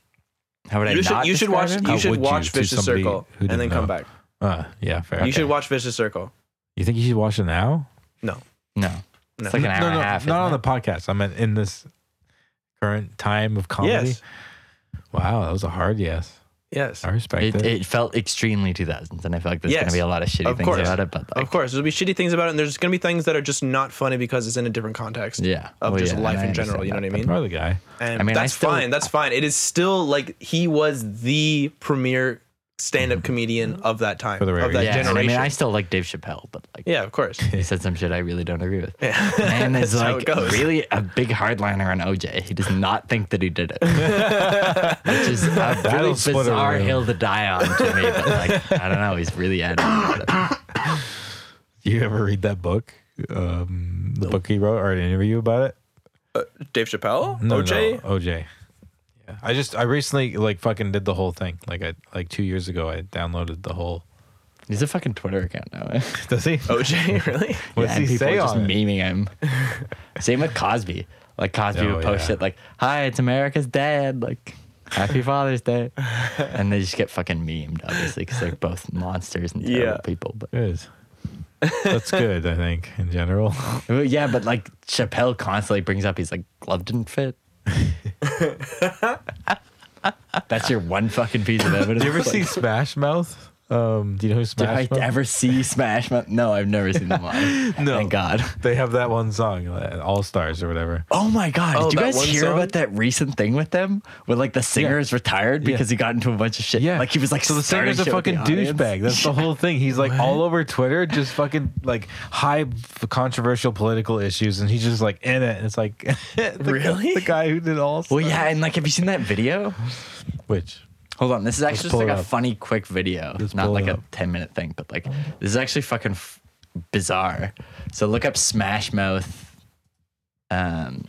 How would I
You should
not
you should
describe
watch
him?
How
you should
would you
watch
to
Vicious
somebody
Circle
who
and then
didn't
come
know?
back.
Uh, yeah, fair.
You should watch Vicious Circle.
You think you should watch it now?
No.
No, it's like an hour
no,
and
no,
a half.
Not
isn't
on
it?
the podcast. I meant in this current time of comedy.
Yes.
Wow, that was a hard yes.
Yes.
I respect it.
It, it felt extremely 2000s, and I feel like there's
Yes.
gonna be a lot of shitty
Of
things
course.
about it. But like,
of course, there'll be shitty things about it, and there's going to be things that are just not funny because it's in a different context
Yeah.
of
Well,
just
yeah,
life
and I
in general.
understand
You know what I
that,
mean?
Probably the guy.
And
I mean, I
that's
still-
fine. That's fine. It is still like he was the premier stand-up comedian of that time,
For the
of
record.
that
yeah, and
generation.
I mean, I still like Dave Chappelle, but like,
yeah, of course.
he said some shit I really don't agree with.
Yeah.
And is
That's how
like
it goes.
really a big hardliner on OJ. He does not think that he did it, which is a really
That'll split a
bizarre
room.
hill to die on to me. But like, I don't know. He's really adamant. about it.
You ever read that book? Um, the book he wrote or an interview about it?
Dave Chappelle,
No,
OJ.
no, OJ. Yeah. I just I recently like fucking did the whole thing. Like I like two years ago I downloaded the whole
He's a fucking Twitter account now. eh?
Does he?
OJ, really?
What's
Yeah, and
he
people
say
are just
on it?
memeing him. Same with Cosby. Like Cosby
Oh,
would post
yeah.
shit like, "Hi, it's America's dad." Like, "Happy Father's Day," and they just get fucking memed, obviously, because they're both monsters and terrible
Yeah.
people. But
Good. That's good, I think, in general.
Well, yeah, but like Chappelle constantly brings up, he's like, "Glove didn't fit." That's your one fucking piece of evidence.
Do you ever
Like,
see Smash Mouth? Um, do you know who
Did
Smash
I
Mouth?
ever see Smash Mouth? No, I've never seen them live.
No.
Thank God.
They have that one song, like, All Stars or whatever.
Oh my god!
Oh,
Did you
that
guys
one
hear
song?
about that recent thing with them? Where like the singer is retired because he got into a bunch of shit.
Yeah,
like he was like
so the
starting
singer's a
shit with the
fucking
audience.
douchebag. That's the whole thing. He's like all over Twitter, just fucking like high f- controversial political issues, and he's just like in it. It's like the, guy-
Really?
the guy who did all.
Well, yeah, and like, have you seen that video?
Which
Hold on, this is actually just
pull
like
it
a
up.
funny, quick video,
Let's
not
pull it
like a
up.
ten minute thing. But like, this is actually fucking f- bizarre. So look up Smash Mouth, um,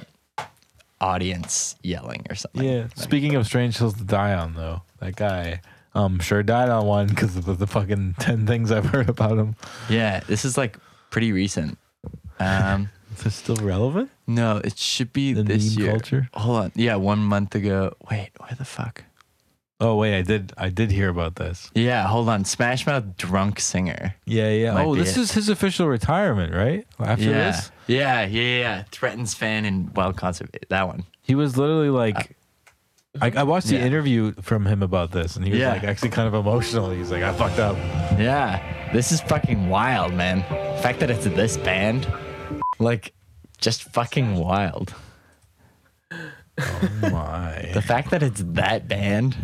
audience yelling or something.
yeah. Speaking of strange hills to die on, though, that guy um sure died on one because of the, the fucking ten things I've heard about him.
Yeah, this is like pretty recent. Um.
Is this still relevant?
No, it should be
The
this
meme
year.
culture?
Hold on. Yeah, one month ago. Wait, where the fuck?
Oh wait, I did. I did hear about this.
Yeah, hold on. Smash Mouth drunk singer.
Yeah, yeah.
Might
oh,
be
this
it.
is his official retirement, right? After
yeah.
this,
yeah, yeah, yeah. Threatens fan and wild conservation. That one.
he was literally like, I, I watched the
Yeah.
interview from him about this, and he was
Yeah.
like actually kind of emotional. He's like, I fucked up.
Yeah, this is fucking wild, man. The fact that it's this band, like, just fucking wild.
My.
The fact that it's that band.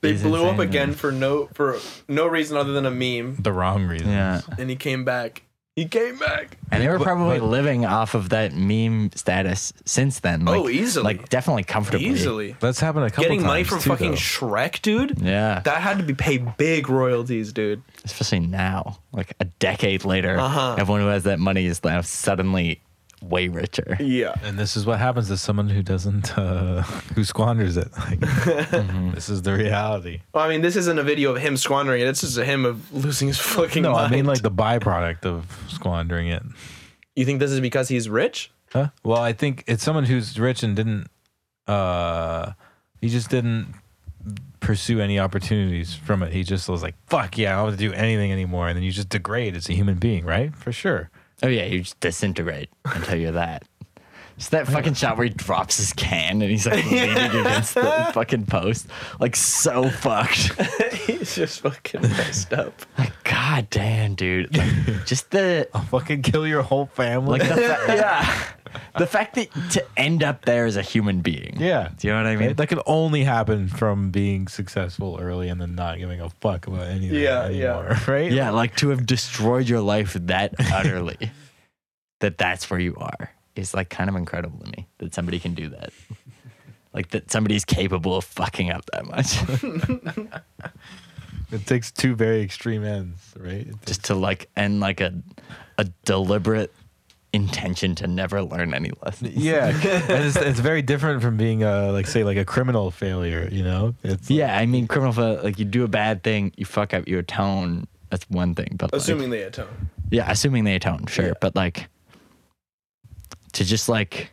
They
He's
blew up
insane,
again
man.
for no for no reason other than a meme,
The wrong reasons.
Yeah.
and he came back. He came back.
And they were probably
but-
living off of that meme status since then. Like,
Oh, easily.
Like, definitely comfortably.
Easily
That's happened a couple
getting
times.
money from
too,
fucking
though.
Shrek, dude.
Yeah.
that had to be pay big royalties, dude.
Especially now, like a decade later,
Uh-huh.
everyone who has that money is now suddenly way richer.
Yeah.
and this is what happens to someone who doesn't, uh, who squanders it. Like,
Mm-hmm.
This is the reality.
Well, I mean, this isn't a video of him squandering it. This is a him of losing his fucking
No, I
mind.
mean like the byproduct of squandering it.
you think this is because he's rich?
Huh? Well, I think it's someone who's rich and didn't. uh He just didn't pursue any opportunities from it. He just was like, "Fuck yeah, I don't want to do anything anymore." And then you just degrade as a human being, right? For sure.
Oh yeah, you just disintegrate until you're that. It's that fucking shot where he drops his can and he's like leaning against the fucking post, like so fucked.
he's just fucking messed up.
Like god damn, dude. Like, just the
Fucking kill your whole family.
like the fa- yeah, the fact that to end up there as a human being.
yeah.
do you know what I mean?
That could only happen from being successful early and then not giving a fuck about anything
Yeah, yeah.
anymore, right?
Yeah, like to have destroyed your life that utterly, that that's where you are, is like kind of incredible to me that somebody can do that. Like that somebody's capable of fucking up that much.
It takes two very extreme ends, right? It
just to like end like a a deliberate intention to never learn any lessons.
Yeah, and it's, it's very different from being a like say like a criminal failure. You know, it's like-
Yeah, I mean, criminal fa- like you do a bad thing, you fuck up, you atone. That's one thing, but like-
Assuming they atone.
yeah, assuming they atone, sure, but like to just like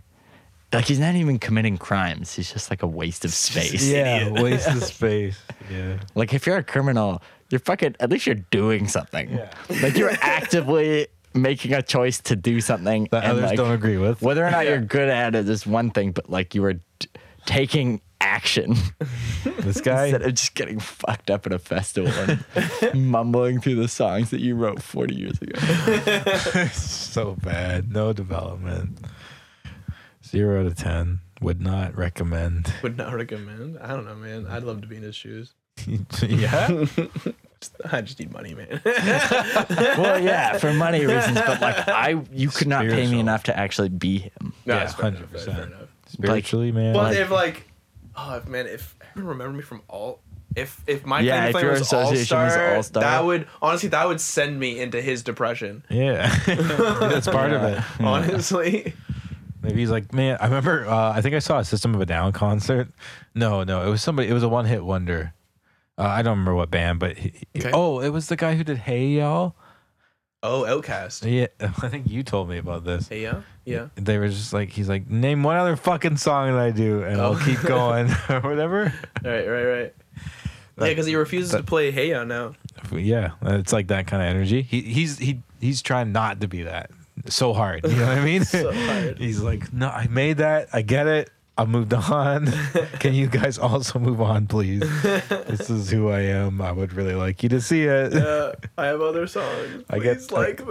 like he's not even committing crimes. He's just like a waste of space.
yeah, waste of space. Yeah,
Like if you're a criminal, you're fucking at least you're doing something.
Yeah.
Like you're actively making a choice to do something
that
and,
others
like,
don't agree with.
Whether or not you're good at it is one thing, but like you are t- taking action
This guy,
instead of just getting fucked up at a festival and mumbling through the songs that you wrote 40 years ago.
so bad. No development. Zero to ten. Would not recommend.
Would not recommend. I don't know, man. I'd love to be in his shoes.
yeah,
I just need money, man.
Well, yeah, for money reasons, but like I, you could not pay me
Spiritual.
enough to actually be him.
No,
Yeah,
it's fair enough,
100%.
fair enough.
spiritually, man.
But
Like-
if like, oh if, man, if everyone remember me from all, if if my
Yeah,
yeah,
if
claim
your
was all
association was
star,
All-Star.
that would honestly that would send me into his depression.
yeah, that's part of it.
Honestly,
Maybe he's like, man, I remember. Uh, I think I saw a System of a Down concert. No, no, it was somebody. It was a one-hit wonder. Uh, I don't remember what band, but he, he-
Okay.
oh, it was the guy who did Hey Y'all.
oh Outcast.
Yeah, I think you told me about this.
Yeah, yeah.
They were just like, he's like, name one other fucking song that I do, and
Oh.
I'll keep going or whatever.
Right, right, right. Yeah, because he refuses to play Heya now.
Yeah, it's like that kind of energy. He he's he he's trying not to be that so hard. You know what I mean?
So hard.
he's like, no, I made that. I get it. I moved on. Can you guys also move on, please? this is who I am. I would really like you to see it.
Uh, I have other songs.
I get-
Please like them.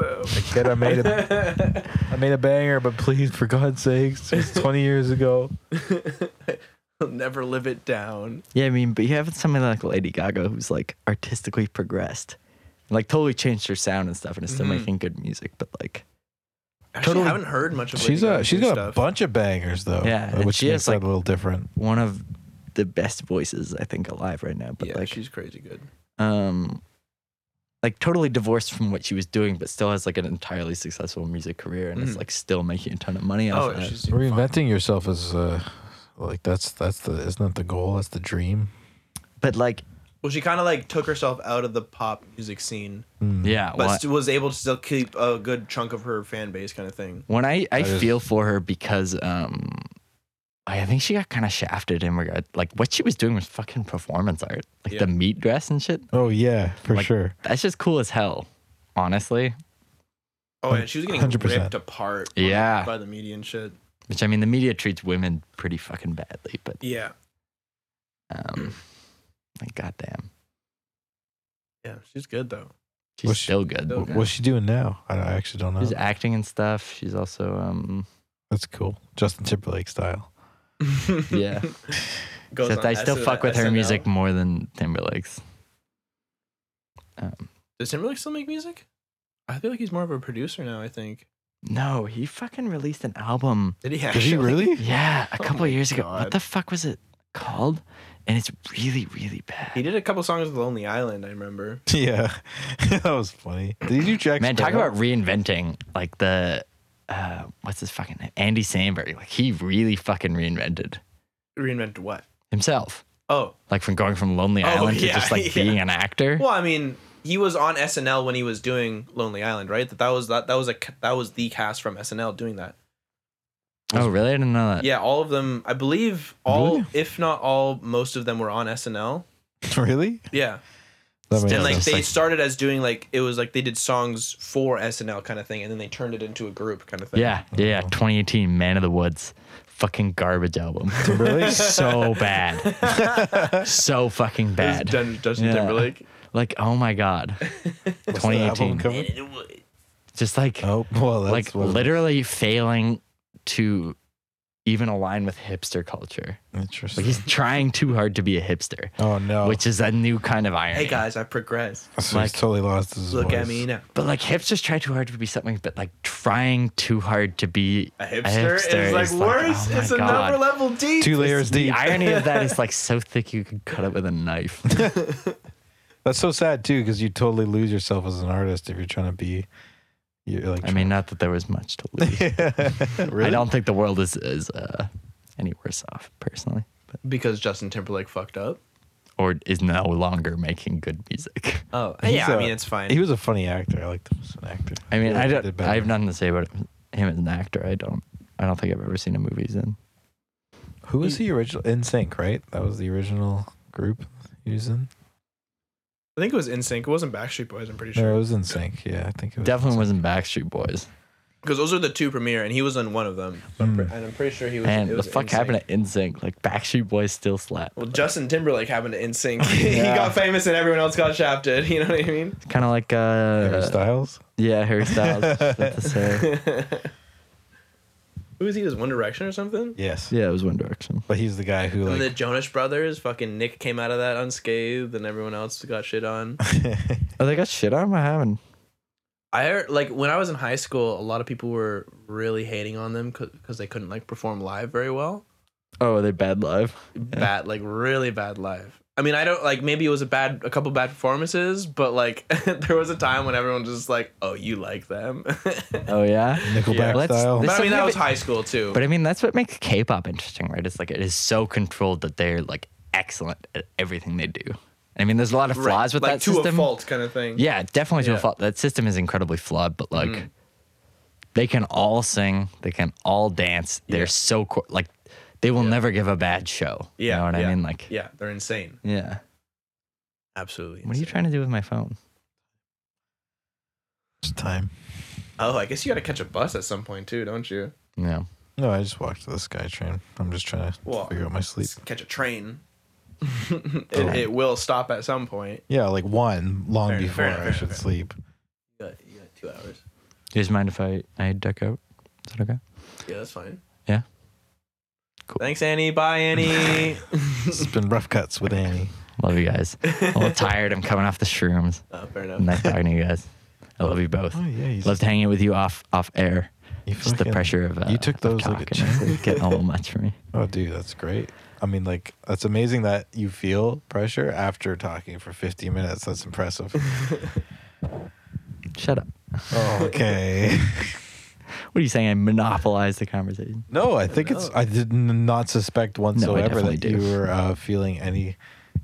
That I made a I made a banger, but please, for God's sakes, it's twenty years ago.
I'll never live it down.
Yeah, I mean, but you have somebody like Lady Gaga who's like artistically progressed, like totally changed her sound and stuff, and is still making good music. But like,
Actually,
Totally.
I haven't heard much of. Lady
She's a
Gaga's
she's
new
got a
stuff.
bunch of bangers though.
Yeah,
uh,
and
which
she
makes
has,
that
like-
a little different.
one of the best voices I think alive right now. But
Yeah,
like,
she's crazy good.
um, like totally divorced from what she was doing, but still has like an entirely successful music career, and is
Mhm.
like still making a ton of money off
Oh,
of that.
she's doing fine.
Reinventing yourself is uh, like that's that's the isn't that the goal? That's the dream.
But like,
Well, she kind of like took herself out of the pop music scene,
Hmm. Mm-hmm.
yeah,
but
wha-
st- was able to still keep a good chunk of her fan base, kind of thing.
when I I
just-
feel for her because um, I think she got kind of shafted in regard. Like what she was doing was fucking performance art, like the meat dress and shit.
Oh yeah, for
Like,
sure.
That's just cool as hell, honestly.
Oh, and she was getting
100%.
ripped apart.
Yeah.
By the media and shit.
Which I mean, the media treats women pretty fucking badly, but
Yeah.
um, like goddamn,
Yeah. She's good though.
she's
Was she-
still good.
Still
Wh-
Okay.
What's she doing now? I, I actually don't know.
She's acting and stuff. She's also um,
That's cool. Justin Timberlake style.
yeah.
Goes
Except
on
I still
SN-
fuck with her
SNL.
music more than Timberlake's. Um,
Does Timberlake still make music? I feel like he's more of a producer now. I think.
no, he fucking released an album.
Did he
Is she really?
Yeah, a
Oh
couple
my
years ago. What
God.
the fuck was it called? And it's really, really
He
bad.
did a couple songs with Lonely Island. I remember.
yeah, that was funny. Did you do Jack?
Man, talk
Sparrow?
about reinventing like the uh, what's his fucking name? Andy Samberg. Like he really fucking reinvented
Reinvented what?
himself.
Oh,
Like from going from Lonely
Oh,
Island
yeah,
to just like
yeah.
being an actor.
well, I mean, he was on SNL when he was doing Lonely Island, right? That that was that that was a ca- that was the cast from SNL doing that.
Oh, really? I didn't know that.
Yeah, all of them. I believe all,
Really?
if not all, most of them were on SNL.
really.
Yeah,
That makes
and like
sense.
they started as doing like it was like they did songs for SNL kind of thing, and then they turned it into a group kind of thing.
Yeah, yeah, yeah. 2018 Man of the Woods. Fucking garbage album.
Really?
so bad. so fucking
It was
bad.
Dun- Justin
Yeah.
Timberlake.
Like, oh my God.
What's the
2018.
album cover?
Just like,
Oh well, that's
like
what it-
literally failing to even align with hipster culture. Like,
Interesting.
he's trying too hard to be a hipster,
oh no,
which is a new kind of irony.
Hey guys, I progressed.
so
like-
he's totally lost his
Look
voice.
at me now.
But like hipsters try too hard to be something, but like trying too hard to be
A hipster, is like
like,
worse.
oh my
it's another
God.
level deep.
Two layers
The
deep.
irony of that is like so thick you could cut it with a knife.
That's so sad too, because you totally lose yourself as an artist if you're trying to be. You're like,
I mean, not that there was much to lose. I
really?
don't think the world is is uh, any worse off personally, but,
because Justin Timberlake fucked up.
or is no longer making good music.
Oh,
He's
yeah. I
a-
mean, it's fine.
He was a funny actor. I liked him as an actor.
I mean, I
He
don't.
did
I have
better.
nothing to say about him as an actor. I don't. I don't think I've ever seen a movie he's in.
Who was the original In Sync? Right, that was the original group he was in.
I think it was NSYNC. It wasn't Backstreet Boys. I'm pretty
No,
sure.
it was In Sync. Yeah, I think it was.
Definitely wasn't Backstreet Boys.
Because those are the two premiere, and he was on one of them.
Mm.
And I'm pretty sure he was.
Man,
it
the
was
fuck
NSYNC.
happened to NSYNC? Like Backstreet Boys still slap.
Well, Justin Timberlake happened to NSYNC. he
Yeah.
got famous, and everyone else got shafted. You know what I mean?
It's kind of like uh,
Harry Styles.
yeah, Harry Styles. that's the same.
Who was he? Was One Direction or something?
Yes.
Yeah, it was One Direction.
But he's the guy who
and the
like.
Jonas Brothers. Fucking Nick came out of that unscathed, and everyone else got shit on.
Oh, they got shit on. What happened?
I heard, like when I was in high school, a lot of people were really hating on them because they couldn't like perform live very well.
Oh, are they bad live?
Bad, like really bad live. I mean, I don't like maybe it was a bad, a couple bad performances, but like there was a time when everyone was just like, "Oh, you like them." but
Oh yeah.
Nickelback
Let's-
style.
let's-
I mean,
Yeah,
that was
but-
high school too.
But I mean, that's what makes K-pop interesting, right? It's like it is so controlled that they're like excellent at everything they do. I mean, there's a lot of
Right,
flaws with
like
that
to
system.
a fault kind of thing.
Yeah, definitely to
Yeah.
a fault. That system is incredibly flawed, but like
Mm.
they can all sing, they can all dance. They're so co- like they will never give a bad show.
yeah.
you know what
yeah,
I mean? Like
yeah, they're insane.
yeah.
Absolutely.
What are you
insane.
trying to do with my phone?
It's time.
Oh, I guess you got to catch a bus at some point too, don't you?
Yeah.
No, I just walked the SkyTrain. I'm just trying to
Well,
figure out my sleep.
Catch a train. it, it will stop at some point.
Yeah, like one long
Fair enough,
before
fair enough,
I
fair
should
enough.
sleep.
You got, you got two hours.
Do you guys mind if I I duck out? Is that okay?
Yeah, that's fine.
Yeah.
Thanks, Annie. Bye, Annie.
This has been rough cuts with Annie.
Love you guys. I'm a little tired. I'm coming off the shrooms.
oh, fair enough.
Oh. Nice talking to you guys. I love you both.
Oh yeah, he's,
Loved hanging out with you off off air.
you
Just the
fucking-
pressure of uh,
you took
of
those like a
talking. It's getting a little much for me.
Oh dude, that's great. I mean, like that's amazing that you feel pressure after talking for 50 minutes. That's impressive.
Shut up.
oh, okay.
What are you saying? I monopolized the conversation.
No, I think it's. I did n- not suspect whatsoever
definitely
that you
do.
were uh, feeling any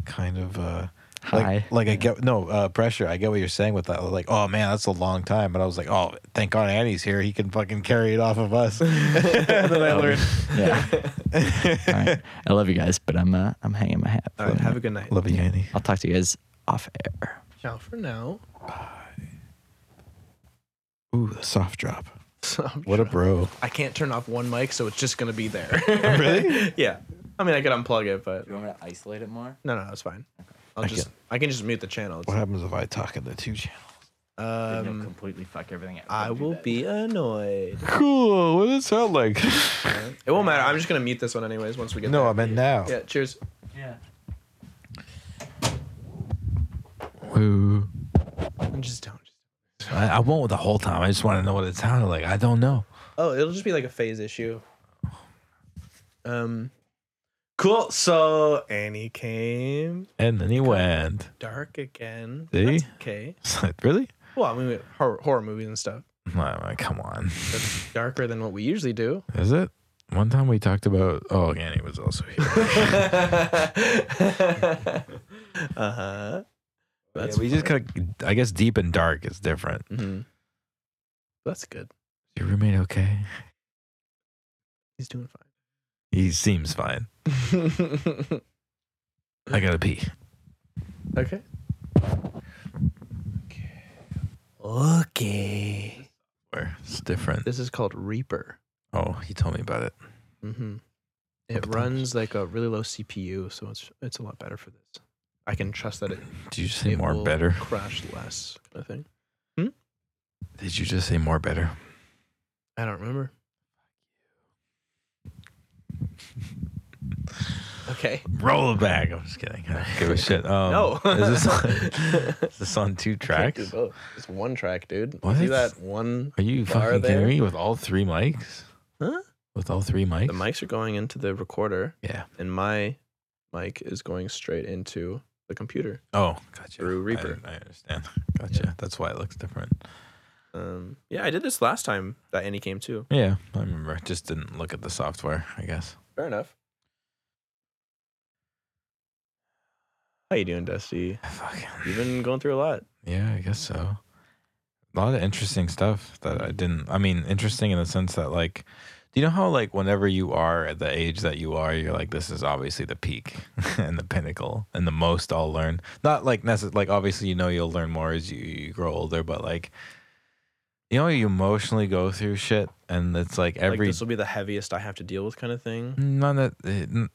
kind of uh, Like,
Hi.
like I get no uh, pressure. I get what you're saying with that. Like, oh man, that's a long time. But I was like, oh, thank God Annie's here. He can fucking carry it off of us. and then I learned.
Yeah. All right. I love you guys, but I'm uh, I'm hanging my hat.
All right, have a good night.
Love you, Annie.
I'll talk to you guys off air.
Ciao for now.
Ooh, the soft drop.
So I'm
What a bro.
I can't turn off one mic, so it's just gonna be there.
Oh, Really?
yeah. I mean, I could unplug it, but
You want me to isolate it more?
no, no, it's fine. I'll
I
just
can-
I can just mute the channel. It's-
What happens if I talk in the two channel?
Um,
completely fuck everything up.
I will be annoyed.
Cool. What does it sound like?
It won't matter. I'm just gonna mute this one anyways. Once we get
no,
there.
I meant now.
yeah. Cheers.
Yeah. Woo.
And Just don't.
I, I won't the whole time. I just want to know what it sounded like. I don't know.
Oh, it'll just be like a phase issue. Um, cool. So Annie came
And then he went.
dark again.
See?
That's okay.
It's like, really?
Well, I mean, we- horror, horror movies and stuff.
I'm like, come on.
That's darker than what we usually do.
Is it? One time we talked about. Oh, Annie was also here.
Uh-huh. uh huh.
yeah, we just kind of. I guess deep and dark is different.
Mm-hmm. That's good.
Your roommate okay?
He's doing
He seems fine.
fine.
I gotta pee.
okay. Okay.
Where it's different.
This is called Reaper.
Oh, he told me about it.
Mm-hmm. It runs like a really low CPU, so it's it's a lot better for this. I can trust that it,
Did you say
it
more
will
better?
crash less kind of thing.
Did you just say more better?
I don't remember. Okay.
Roll it back. I'm just kidding. I don't give a shit. Um,
No.
is, this on, is this on two
Can't
tracks?
do both. It's one track, dude.
What?
See that one?
Are you
Bar
fucking kidding
there?
me? With all three mics?
Huh?
With all three mics?
The mics are going into the recorder,
Yeah.
and my mic is going straight into the computer.
Oh, gotcha.
Through Reaper.
I, I understand. Gotcha. That's why it looks different.
Um, yeah, I did this last time that Annie came too.
Yeah, I remember. I just didn't look at the software. I guess.
Fair enough. How you doing, Dusty?
Fucking.
You've been going through a lot.
Yeah, I guess so. A lot of interesting stuff that I didn't. I mean, interesting in the sense that, like, do you know how, like, whenever you are at the age that you are, you're like, this is obviously the peak and the pinnacle and the most I'll learn. Not like necessarily, like, obviously, you know, you'll learn more as you, you grow older, but like, you know, you emotionally go through shit, and it's like
like
every
this will be the heaviest I have to deal with, kind of thing.
None that, eh, n-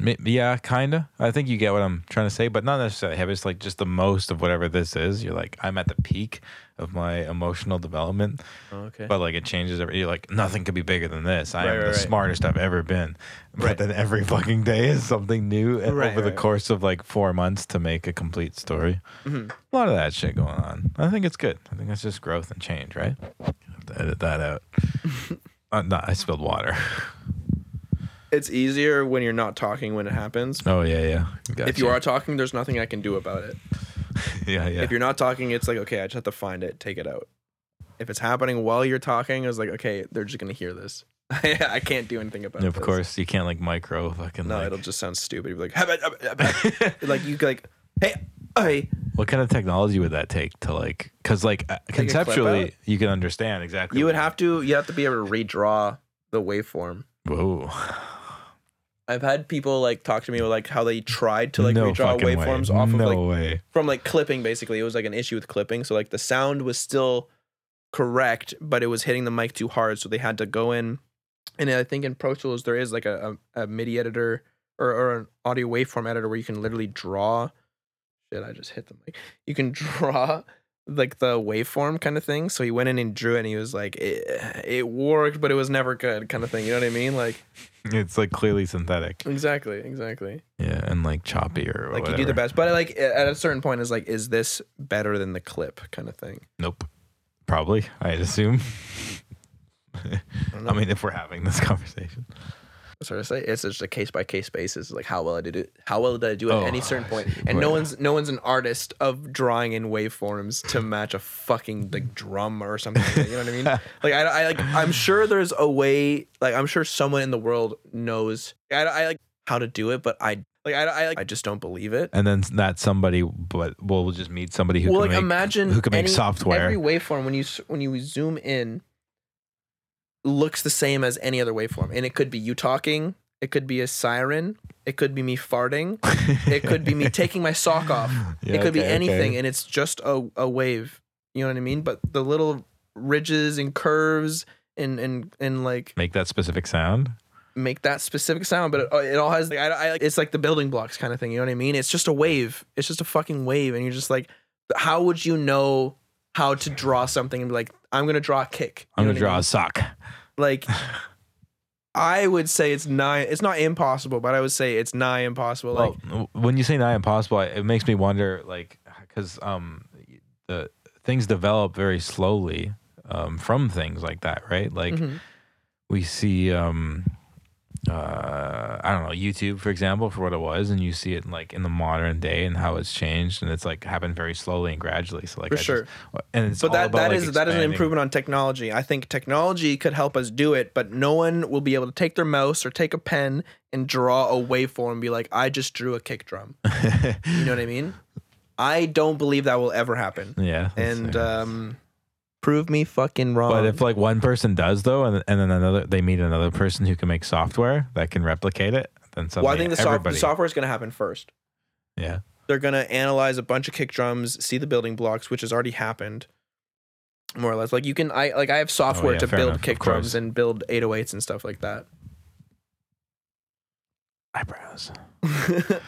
m- yeah, kinda. I think you get what I'm trying to say, but not necessarily heavy. It's like just the most of whatever this is. You're like, I'm at the peak of my emotional development,
Oh, okay.
but like it changes every. You're like, nothing could be bigger than this. I
Right,
am
right,
the
right.
smartest I've ever been. But
Right.
then every fucking day is something new and
Right,
over the
right.
course of like four months to make a complete story.
Mhm.
A lot of that shit going on. I think it's good. I think that's just growth and change, right? Have to edit that out. uh, no, I spilled water.
It's easier when you're not talking when it happens.
Oh yeah, yeah. Gotcha.
If you are talking, there's nothing I can do about it.
yeah, yeah.
If you're not talking, it's like, okay, I just have to find it, take it out. If it's happening while you're talking, it's like, okay, they're just gonna hear this. I can't do anything about it.
of course, you can't like micro fucking.
No,
like-
it'll just sound stupid. You're like, "Habba, habba, habba." like you like, hey, hey.
What kind of technology would that take to like? Because like uh,
clip out?
conceptually, you can understand exactly.
You would
what-
have to you have to be able to redraw the waveform.
Whoa.
I've had people like talk to me with like how they tried to like
no
redraw
fucking way.
waveforms off
no
of like
way.
from like clipping basically. It was like an issue with clipping. So like the sound was still correct, but it was hitting the mic too hard. So they had to go in. And I think in Pro Tools there is like a, a, a MIDI editor or, or an audio waveform editor where you can literally draw. Shit, I just hit the mic. You can draw like the waveform kind of thing. So he went in and drew it and he was like, it, it worked, but it was never good kind of thing. You know what I mean? Like,
It's like clearly synthetic.
exactly, exactly.
Yeah, and like choppy or
Like
whatever.
you do the best, but like at a certain point is like, is this better than the clip kind of thing?
Nope. Probably, I'd assume.
don't know.
I mean, if we're having this conversation.
That's what I say. It's just a case by case basis. Like how well I did it. How well did I do at
Oh,
any certain
I
point?
see.
And no
Right.
one's no one's an artist of drawing in waveforms to match a fucking like drum or something. Like that, you know what I mean? Like I, I like I'm sure there's a way. Like I'm sure someone in the world knows. I, I like how to do it, but I Like I, I, like, I just don't believe it.
and then that somebody, but we'll just meet somebody who
well,
can
like
make,
imagine
who can make
any-
software.
Every waveform when you s- when you zoom in looks the same as any other waveform, and it could be you talking, it could be a siren, it could be me farting, it could be me taking my sock off,
Yeah,
it could be
okay, okay.
anything, and it's just a, a wave. You know what I mean? But the little ridges and curves and and and like
Make that specific sound.
make that specific sound, but it, uh, it all has like I, I like- it's like the building blocks kind of thing. You know what I mean? It's just a wave. It's just a fucking wave, and you're just like, how would you know how to draw something and be like, I'm gonna draw a kick. You
I'm
know
gonna
what I
draw
mean?
a sock.
like. I would say it's nigh it's not impossible, but I would say it's nigh impossible.
Well,
like
w- when you say not impossible, I- it makes me wonder, like, because um, the things develop very slowly um, from things like that, right? Like,
Mhm.
we see, um, uh, I don't know, YouTube, for example, for what it was, and you see it like in the modern day and how it's changed, and it's like happened very slowly and gradually. So, like,
For
I just-
sure.
and it's
but
all
that
about,
that
like,
is that is an
expanding.
improvement on technology. I think technology could help us do it, but no one will be able to take their mouse or take a pen and draw a waveform and be like, I just drew a kick drum. you know what I mean? I don't believe that will ever happen.
yeah, that's-
And
yeah.
um, prove me fucking wrong.
But if like one person does though, and, and then another, they meet another person who can make software that can replicate it. Then suddenly
well, I think the, soft- the
everybody,
software is going to happen first.
yeah,
They're going to analyze a bunch of kick drums, see the building blocks, which has already happened, more or less. Like you can, I like I have software
Oh, yeah,
to
fair
build
enough, of
kick
course.
drums and build 808s and stuff like that.
eyebrows.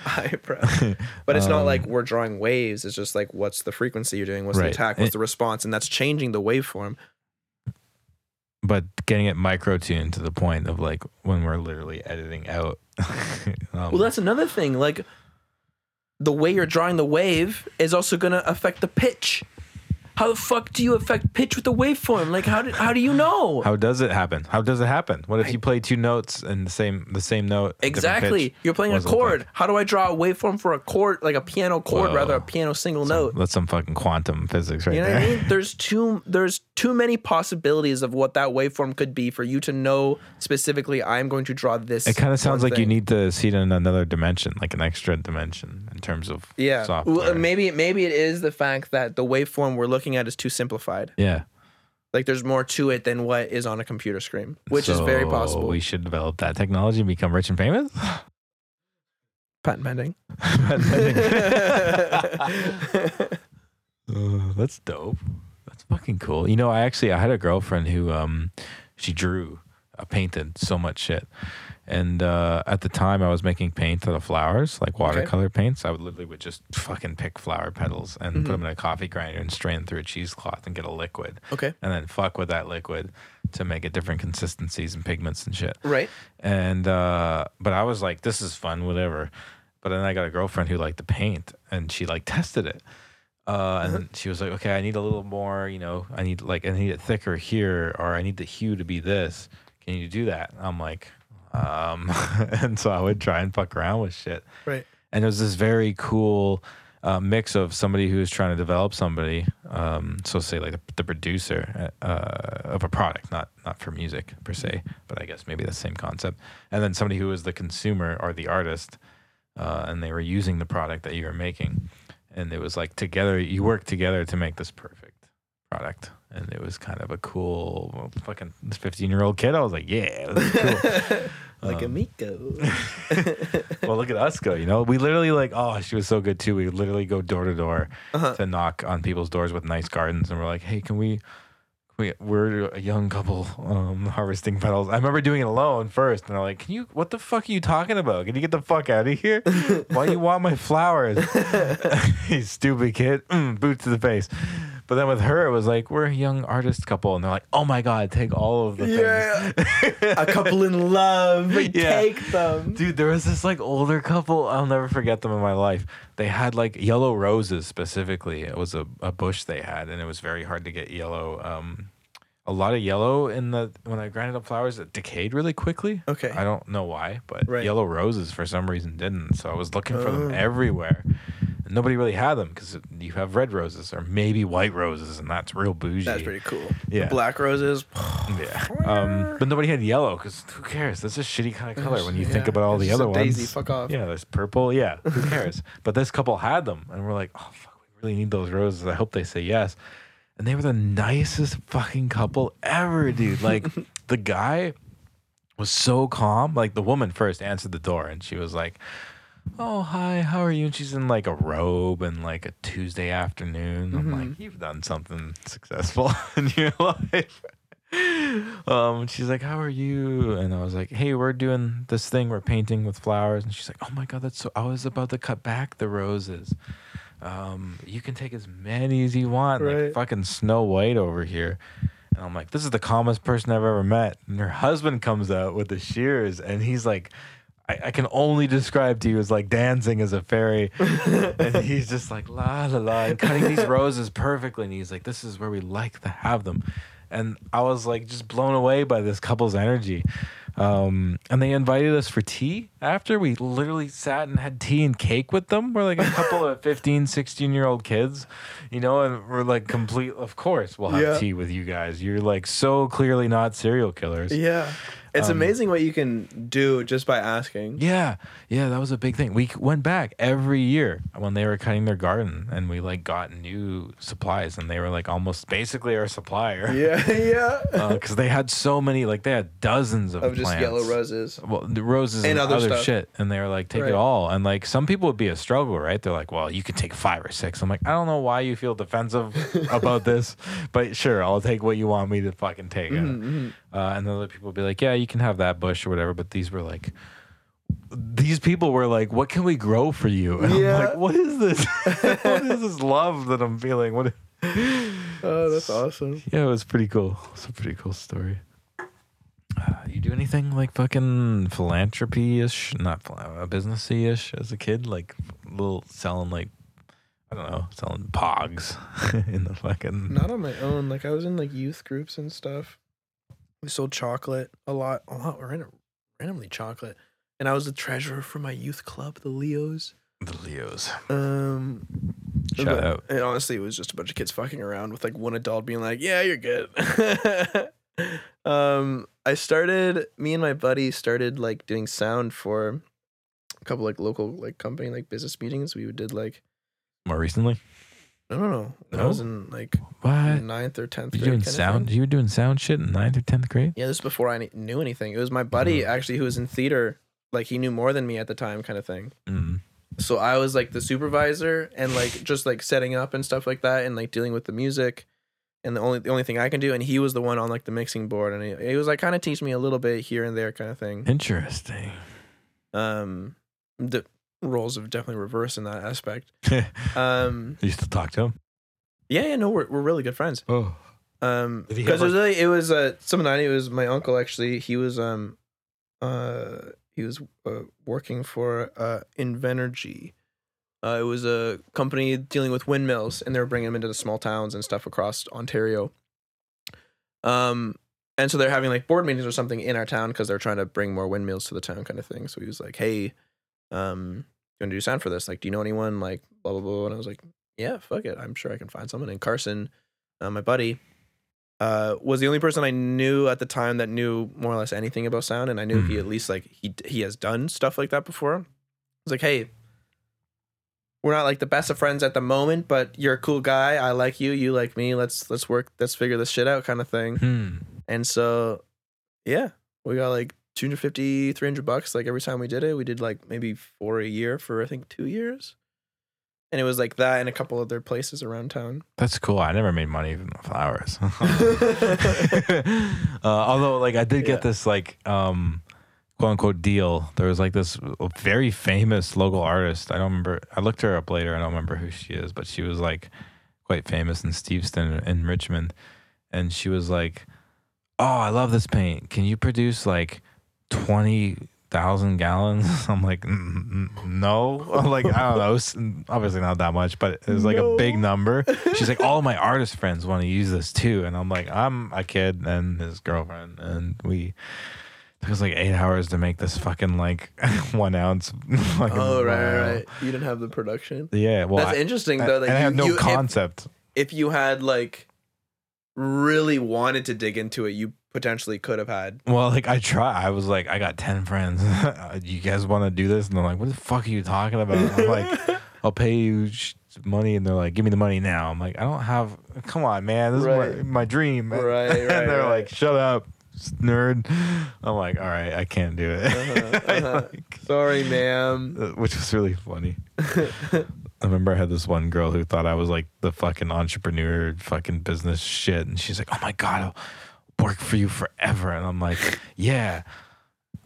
Eyebrow. But it's not like we're drawing waves. It's just like what's the frequency you're doing, what's
Um, right.
the attack, what's
It-
the response, and that's changing the waveform.
but getting it micro tuned to the point of like when we're literally editing out. um,
Well, that's another thing. Like the way you're drawing the wave is also gonna affect the pitch. How the fuck do you affect pitch with the waveform? Like how do, how do you know?
how does it happen? How does it happen? What if you play two notes and the same the same note? different
exactly.
pitch?
You're playing
What
a
does it look
chord. How do I draw a waveform for a chord, like a piano chord,
Whoa.
rather a piano single
like?
note?
That's some fucking quantum physics right
You know what
there.
I mean? There's too there's too many possibilities of what that waveform could be for you to know specifically. I'm going to draw this.
It kind
one
of sounds like you
thing.
need to see it in another dimension, like an extra dimension in terms of
Yeah.
software.
Well, maybe maybe it is the fact that the waveform we're looking at is too simplified.
yeah,
Like there's more to it than what is on a computer screen, which is very
So
possible.
We should develop that technology and become rich and famous.
Patent pending.
Uh, that's dope. That's fucking cool. You know, I actually I had a girlfriend who um she drew, uh, painted so much shit. And uh, at the time, I was making paint out of flowers, like watercolor paints. I would literally would just fucking pick flower petals and
Mm-hmm.
put them in a coffee grinder and strain them through a cheesecloth and get a liquid,
okay.
and then fuck with that liquid to make it different consistencies and pigments and shit
Right.
and uh but i was like this is fun whatever but then i got a girlfriend who liked to paint and she like tested it uh and she was like okay i need a little more you know i need like i need it thicker here or i need the hue to be this can you do that i'm like um and so i would try and fuck around with shit
Right.
and it was this very cool uh, mix of somebody who's trying to develop somebody, um, so say like the, the producer uh, of a product, not not for music per se, but I guess maybe the same concept, and then somebody who was the consumer or the artist, uh, and they were using the product that you were making, and it was like together you work together to make this perfect product, and it was kind of a cool fucking fifteen year old kid. I was like, yeah, this is cool. Um,
Like Amico.
well, look at us go. You know, we literally like, oh, she was so good too. We would literally go door to door
Uh-huh.
to knock on people's doors with nice gardens, and we're like, hey, can we? can We, we're a young couple um, harvesting petals. I remember doing it alone first, and they're like, "Can you? What the fuck are you talking about? Can you get the fuck out of here? Why you want my flowers? you stupid kid!" Mm, boot to the face. But then with her, it was like, "We're a young artist couple," and they're like, "Oh my god, take all of the things."
a couple in love.
Yeah.
Take them.
Dude, there was this like older couple. I'll never forget them in my life. They had like yellow roses specifically. It was a, a bush they had, and it was very hard to get yellow. Um, a lot of yellow in the when I grinded up flowers, it decayed really quickly.
Okay.
I don't know why, but
Right. Oh.
yellow roses for some reason didn't. So I was looking for them everywhere. Nobody really had them because you have red roses or maybe white roses, and that's real bougie.
That's pretty cool.
Yeah.
The black roses.
Yeah. Um, but nobody had yellow because who cares? That's a shitty kind of color when you think
Yeah.
about all
It's
the
just
other
a daisy,
ones.
fuck off.
Yeah, there's purple. Yeah, who cares? but this couple had them, and we're like, oh fuck, we really need those roses. I hope they say yes. And they were the nicest fucking couple ever, dude. Like the guy was so calm. Like the woman first answered the door, and she was like. Oh hi, how are you? And she's in like a robe and like a Tuesday afternoon. I'm
Mm-hmm.
like, you've done something successful in your life um, she's like, "How are you?" And I was like, "Hey, we're doing this thing. We're painting with flowers." And she's like, "Oh my god, that's so." I was about to cut back the roses. Um, you can take as many as you want. Like
Right.
fucking Snow White over here. And I'm like, "This is the calmest person I've ever met." And her husband comes out with the shears, and he's like. I, I can only describe to you as like dancing as a fairy. and he's just like la la la and cutting these roses perfectly. And he's like, this is where we like to have them. And I was like just blown away by this couple's energy. Um, and they invited us for tea after we literally sat and had tea and cake with them. We're like a couple of 15, 16 year old kids, you know, and we're like complete, of course, we'll have
Yeah.
tea with you guys. You're like so clearly not serial killers.
Yeah. It's
um,
amazing what you can do just by asking.
Yeah, yeah, that was a big thing. We c- went back every year when they were cutting their garden, and we like got new supplies, and they were like almost basically our supplier.
Yeah. Yeah.
because they had so many, like they had dozens of,
of just
plants.
yellow roses.
Well, the roses and,
And
other,
other stuff.
shit, and they were like, take it
Right.
all. And like some people would be a struggle, right? They're like, well, you could take five or six. I'm like, I don't know why you feel defensive about this, but sure, I'll take what you want me to fucking take.
Mm-hmm.
Uh, and other people would be like, yeah, you can have that bush or whatever. But these were like, these people were like, "What can we grow for you?" And
Yeah.
I'm like, "What is this? what is this love that I'm feeling?" What?
Oh, that's awesome.
Yeah, it was pretty cool. It's a pretty cool story. Uh, you do anything like fucking philanthropy ish, not phil- uh, businessy ish as a kid, like little selling like I don't know, selling pogs in the fucking.
Not on my own. Like I was in like youth groups and stuff. We sold chocolate a lot, a lot ran- randomly chocolate. And I was the treasurer for my youth club, the Leos.
The Leos.
Um,
Shout
but-
out.
And honestly, it was just a bunch of kids fucking around with like one adult being like, "Yeah, you're good." um, I started. Me and my buddy started like doing sound for a couple like local like company like business meetings. We did like
More recently,
I don't know. I
No?
was in like
what?
ninth or tenth.
Uh, You
grade
doing
kind of
sound?
thing.
You were doing sound shit in ninth or tenth grade?
Yeah, this is before I kn- knew anything. It was my buddy
Uh-huh.
actually who was in theater. Like he knew more than me at the time, kind of thing.
Mm.
So I was like the supervisor and like just like setting up and stuff like that and like dealing with the music. And the only the only thing I can do, and he was the one on like the mixing board, and he, he was like kind of teach me a little bit here and there, kind of thing.
Interesting.
Um, the roles have definitely reversed in that aspect. Um,
You still talk to him?
yeah, yeah, no, we're we're really good friends.
Oh,
Um,
Did he
because
have,
it was really, it was uh something I knew. It was my uncle actually. He was um, uh, he was uh, working for uh Invenergy. Uh, it was a company dealing with windmills, and they were bringing them into the small towns and stuff across Ontario. Um, and so they're having like board meetings or something in our town because they're trying to bring more windmills to the town, kind of thing. So he was like, "Hey, um, you want to do sound for this? Like, do you know anyone? Like, blah blah blah." And I was like, "Yeah, fuck it, I'm sure I can find someone." And Carson, uh, my buddy, uh, was the only person I knew at the time that knew more or less anything about sound, and I knew
Mhm.
he at least like he he has done stuff like that before. I was like, "Hey, we're not like the best of friends at the moment, but you're a cool guy. I like you. You like me. Let's let's work. Let's figure this shit out, kind of thing."
hmm.
And so, yeah, we got like 250, 300 bucks. Like every time we did it, we did like maybe four a year for I think two years. And it was like that and a couple other places around town.
That's cool. I never made money from the flowers. uh, although, like, I did get
Yeah.
this, like, um, quote unquote deal. There was like this very famous local artist. I don't remember. I looked her up later. I don't remember who she is, but she was like quite famous in Steveston in Richmond. And she was like, Oh, I love this paint. Can you produce like 20,000 gallons? I'm like, "Mm, mm, No. Like, I don't know. S- Obviously, not that much, but it's like a
No.
big number. She's like, All my artist friends want to use this too. And I'm like, I'm a kid and his girlfriend, and we It was like eight hours to make this fucking like one ounce. Fucking
Oh right, right,
vial.
right. You didn't have the production.
Yeah, well,
That's
I-
interesting
I-
though. Like
and I
you-
have no
you- if-
concept.
if you had like really wanted to dig into it, you potentially could have had.
Well, like I try. I was like, I got ten friends. you guys want to do this? And they're like, What the fuck are you talking about? I'm like, I'll pay you sh- money, and they're like, Give me the money now. I'm like, I don't have. Come on, man. This is my,
Right.
my dream.
Right, right,
and they're
right.
like, Shut up, nerd. I'm like, All right, I can't do it.
uh-huh.
Like,
Sorry, ma'am.
uh, which was really funny. I remember I had this one girl who thought I was like the fucking entrepreneur, fucking business shit, and she's like, "Oh my god, I'll work for you forever," and I'm like, "Yeah,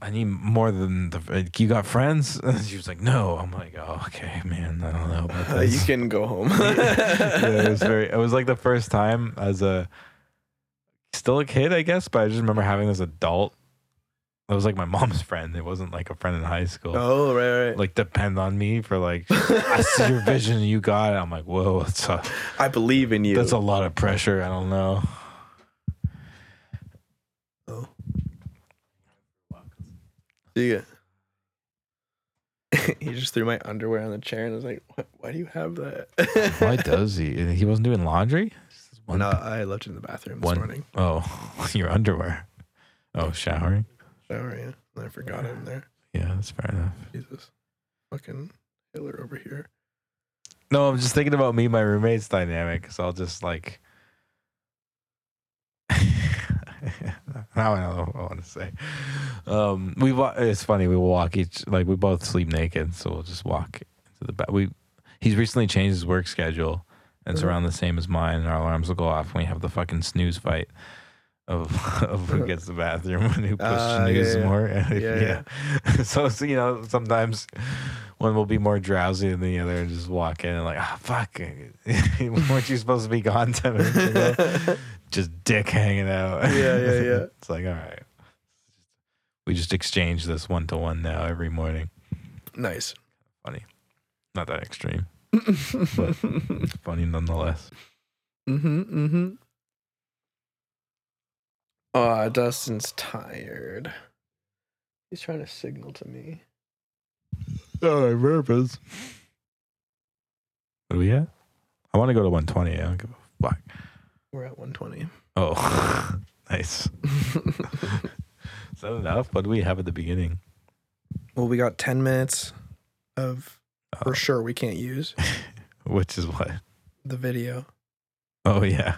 I need more than the. like, You got friends?" And she was like, "No." I'm like, "Oh, okay, man, I don't know about
Uh, you
this."
can go home.
yeah, it was very. It was like the first time as a still a kid, I guess, but I just remember having this adult. It was like my mom's friend. It wasn't like a friend in high school
oh right, right.
like depend on me for like I see your vision, you got it. I'm like, whoa, that's a
I believe in you.
that's a lot of pressure. I don't know.
Oh. Yeah. he just threw my underwear on the chair and I was like, "Why- "Why do you have that?"
Why does he? And He wasn't doing laundry. One,
no, I left it in the bathroom this
one-
morning.
Oh, your underwear. Oh, showering.
Shower, yeah. And I forgot it in there.
Yeah, that's fair enough.
Jesus, fucking Hitler over here.
No, I'm just thinking about me, and my roommate's dynamic. So I'll just like. now I know what I want to say. Um, we wa- it's funny. We walk each like we both sleep naked, so we'll just walk into the bed. We he's recently changed his work schedule. and It's
Uh-huh.
around the same as mine, and our alarms will go off when we have the fucking snooze fight of of who gets the bathroom and who pushes
Ah, yeah,
snooze
yeah.
more.
Yeah, yeah.
so, so, you know, sometimes one will be more drowsy than the other and just walk in and like, ah, fuck. Weren't you supposed to be gone 10 minutes ago? just dick hanging out.
Yeah, yeah, yeah.
it's like, all right. We just exchange this one to one now every morning.
Nice.
Not that extreme.
mhm.
Funny nonetheless.
Mhm. Oh, Dustin's tired. He's trying to signal to me.
Oh, I purpose. What do we at? I want to go to 120. I don't give a fuck.
We're at 120.
Oh, nice. Is that enough? What do we have at the beginning?
well, we got 10 minutes of
Oh.
for sure we can't use
Which is what?
the video.
Oh, yeah.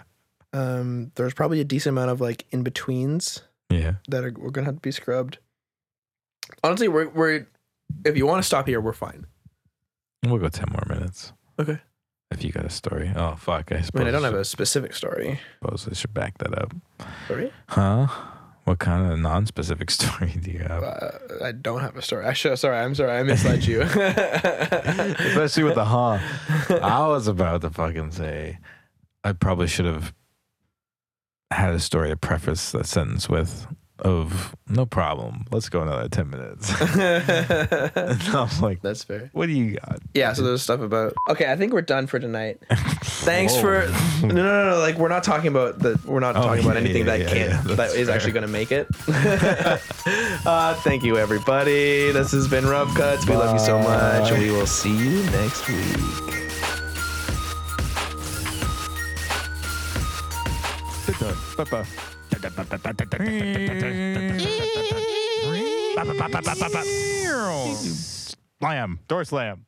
Um, there's probably a decent amount of like in betweens
Yeah.
that are we're gonna have to be scrubbed. Honestly, we're we're if you want to stop here, we're fine.
We'll go 10 more minutes.
Okay.
If you got a story. Oh, fuck. I
I
suppose,
mean, I don't have a specific story.
suppose I should back that up.
Sorry,
Huh? What kind of non specific story do you have?
uh, I don't have a story. I should, sorry, I'm sorry, I misled you.
Especially with the huh. I was about to fucking say, I probably should have had a story to preface that sentence with of no problem. Let's go another ten minutes. and I'm like,
That's fair.
what do you got?
Yeah, so there's stuff about. Okay, I think we're done for tonight. Thanks for. No, no, no, no. Like we're not talking about the. We're not
Oh,
talking about
yeah,
anything
yeah,
that
yeah, yeah,
can't. that
that's
is
fair.
actually going to make it. uh, thank you, everybody. This has been Rough Cuts. We love you so much. We will see you next week.
Slam. Door slam.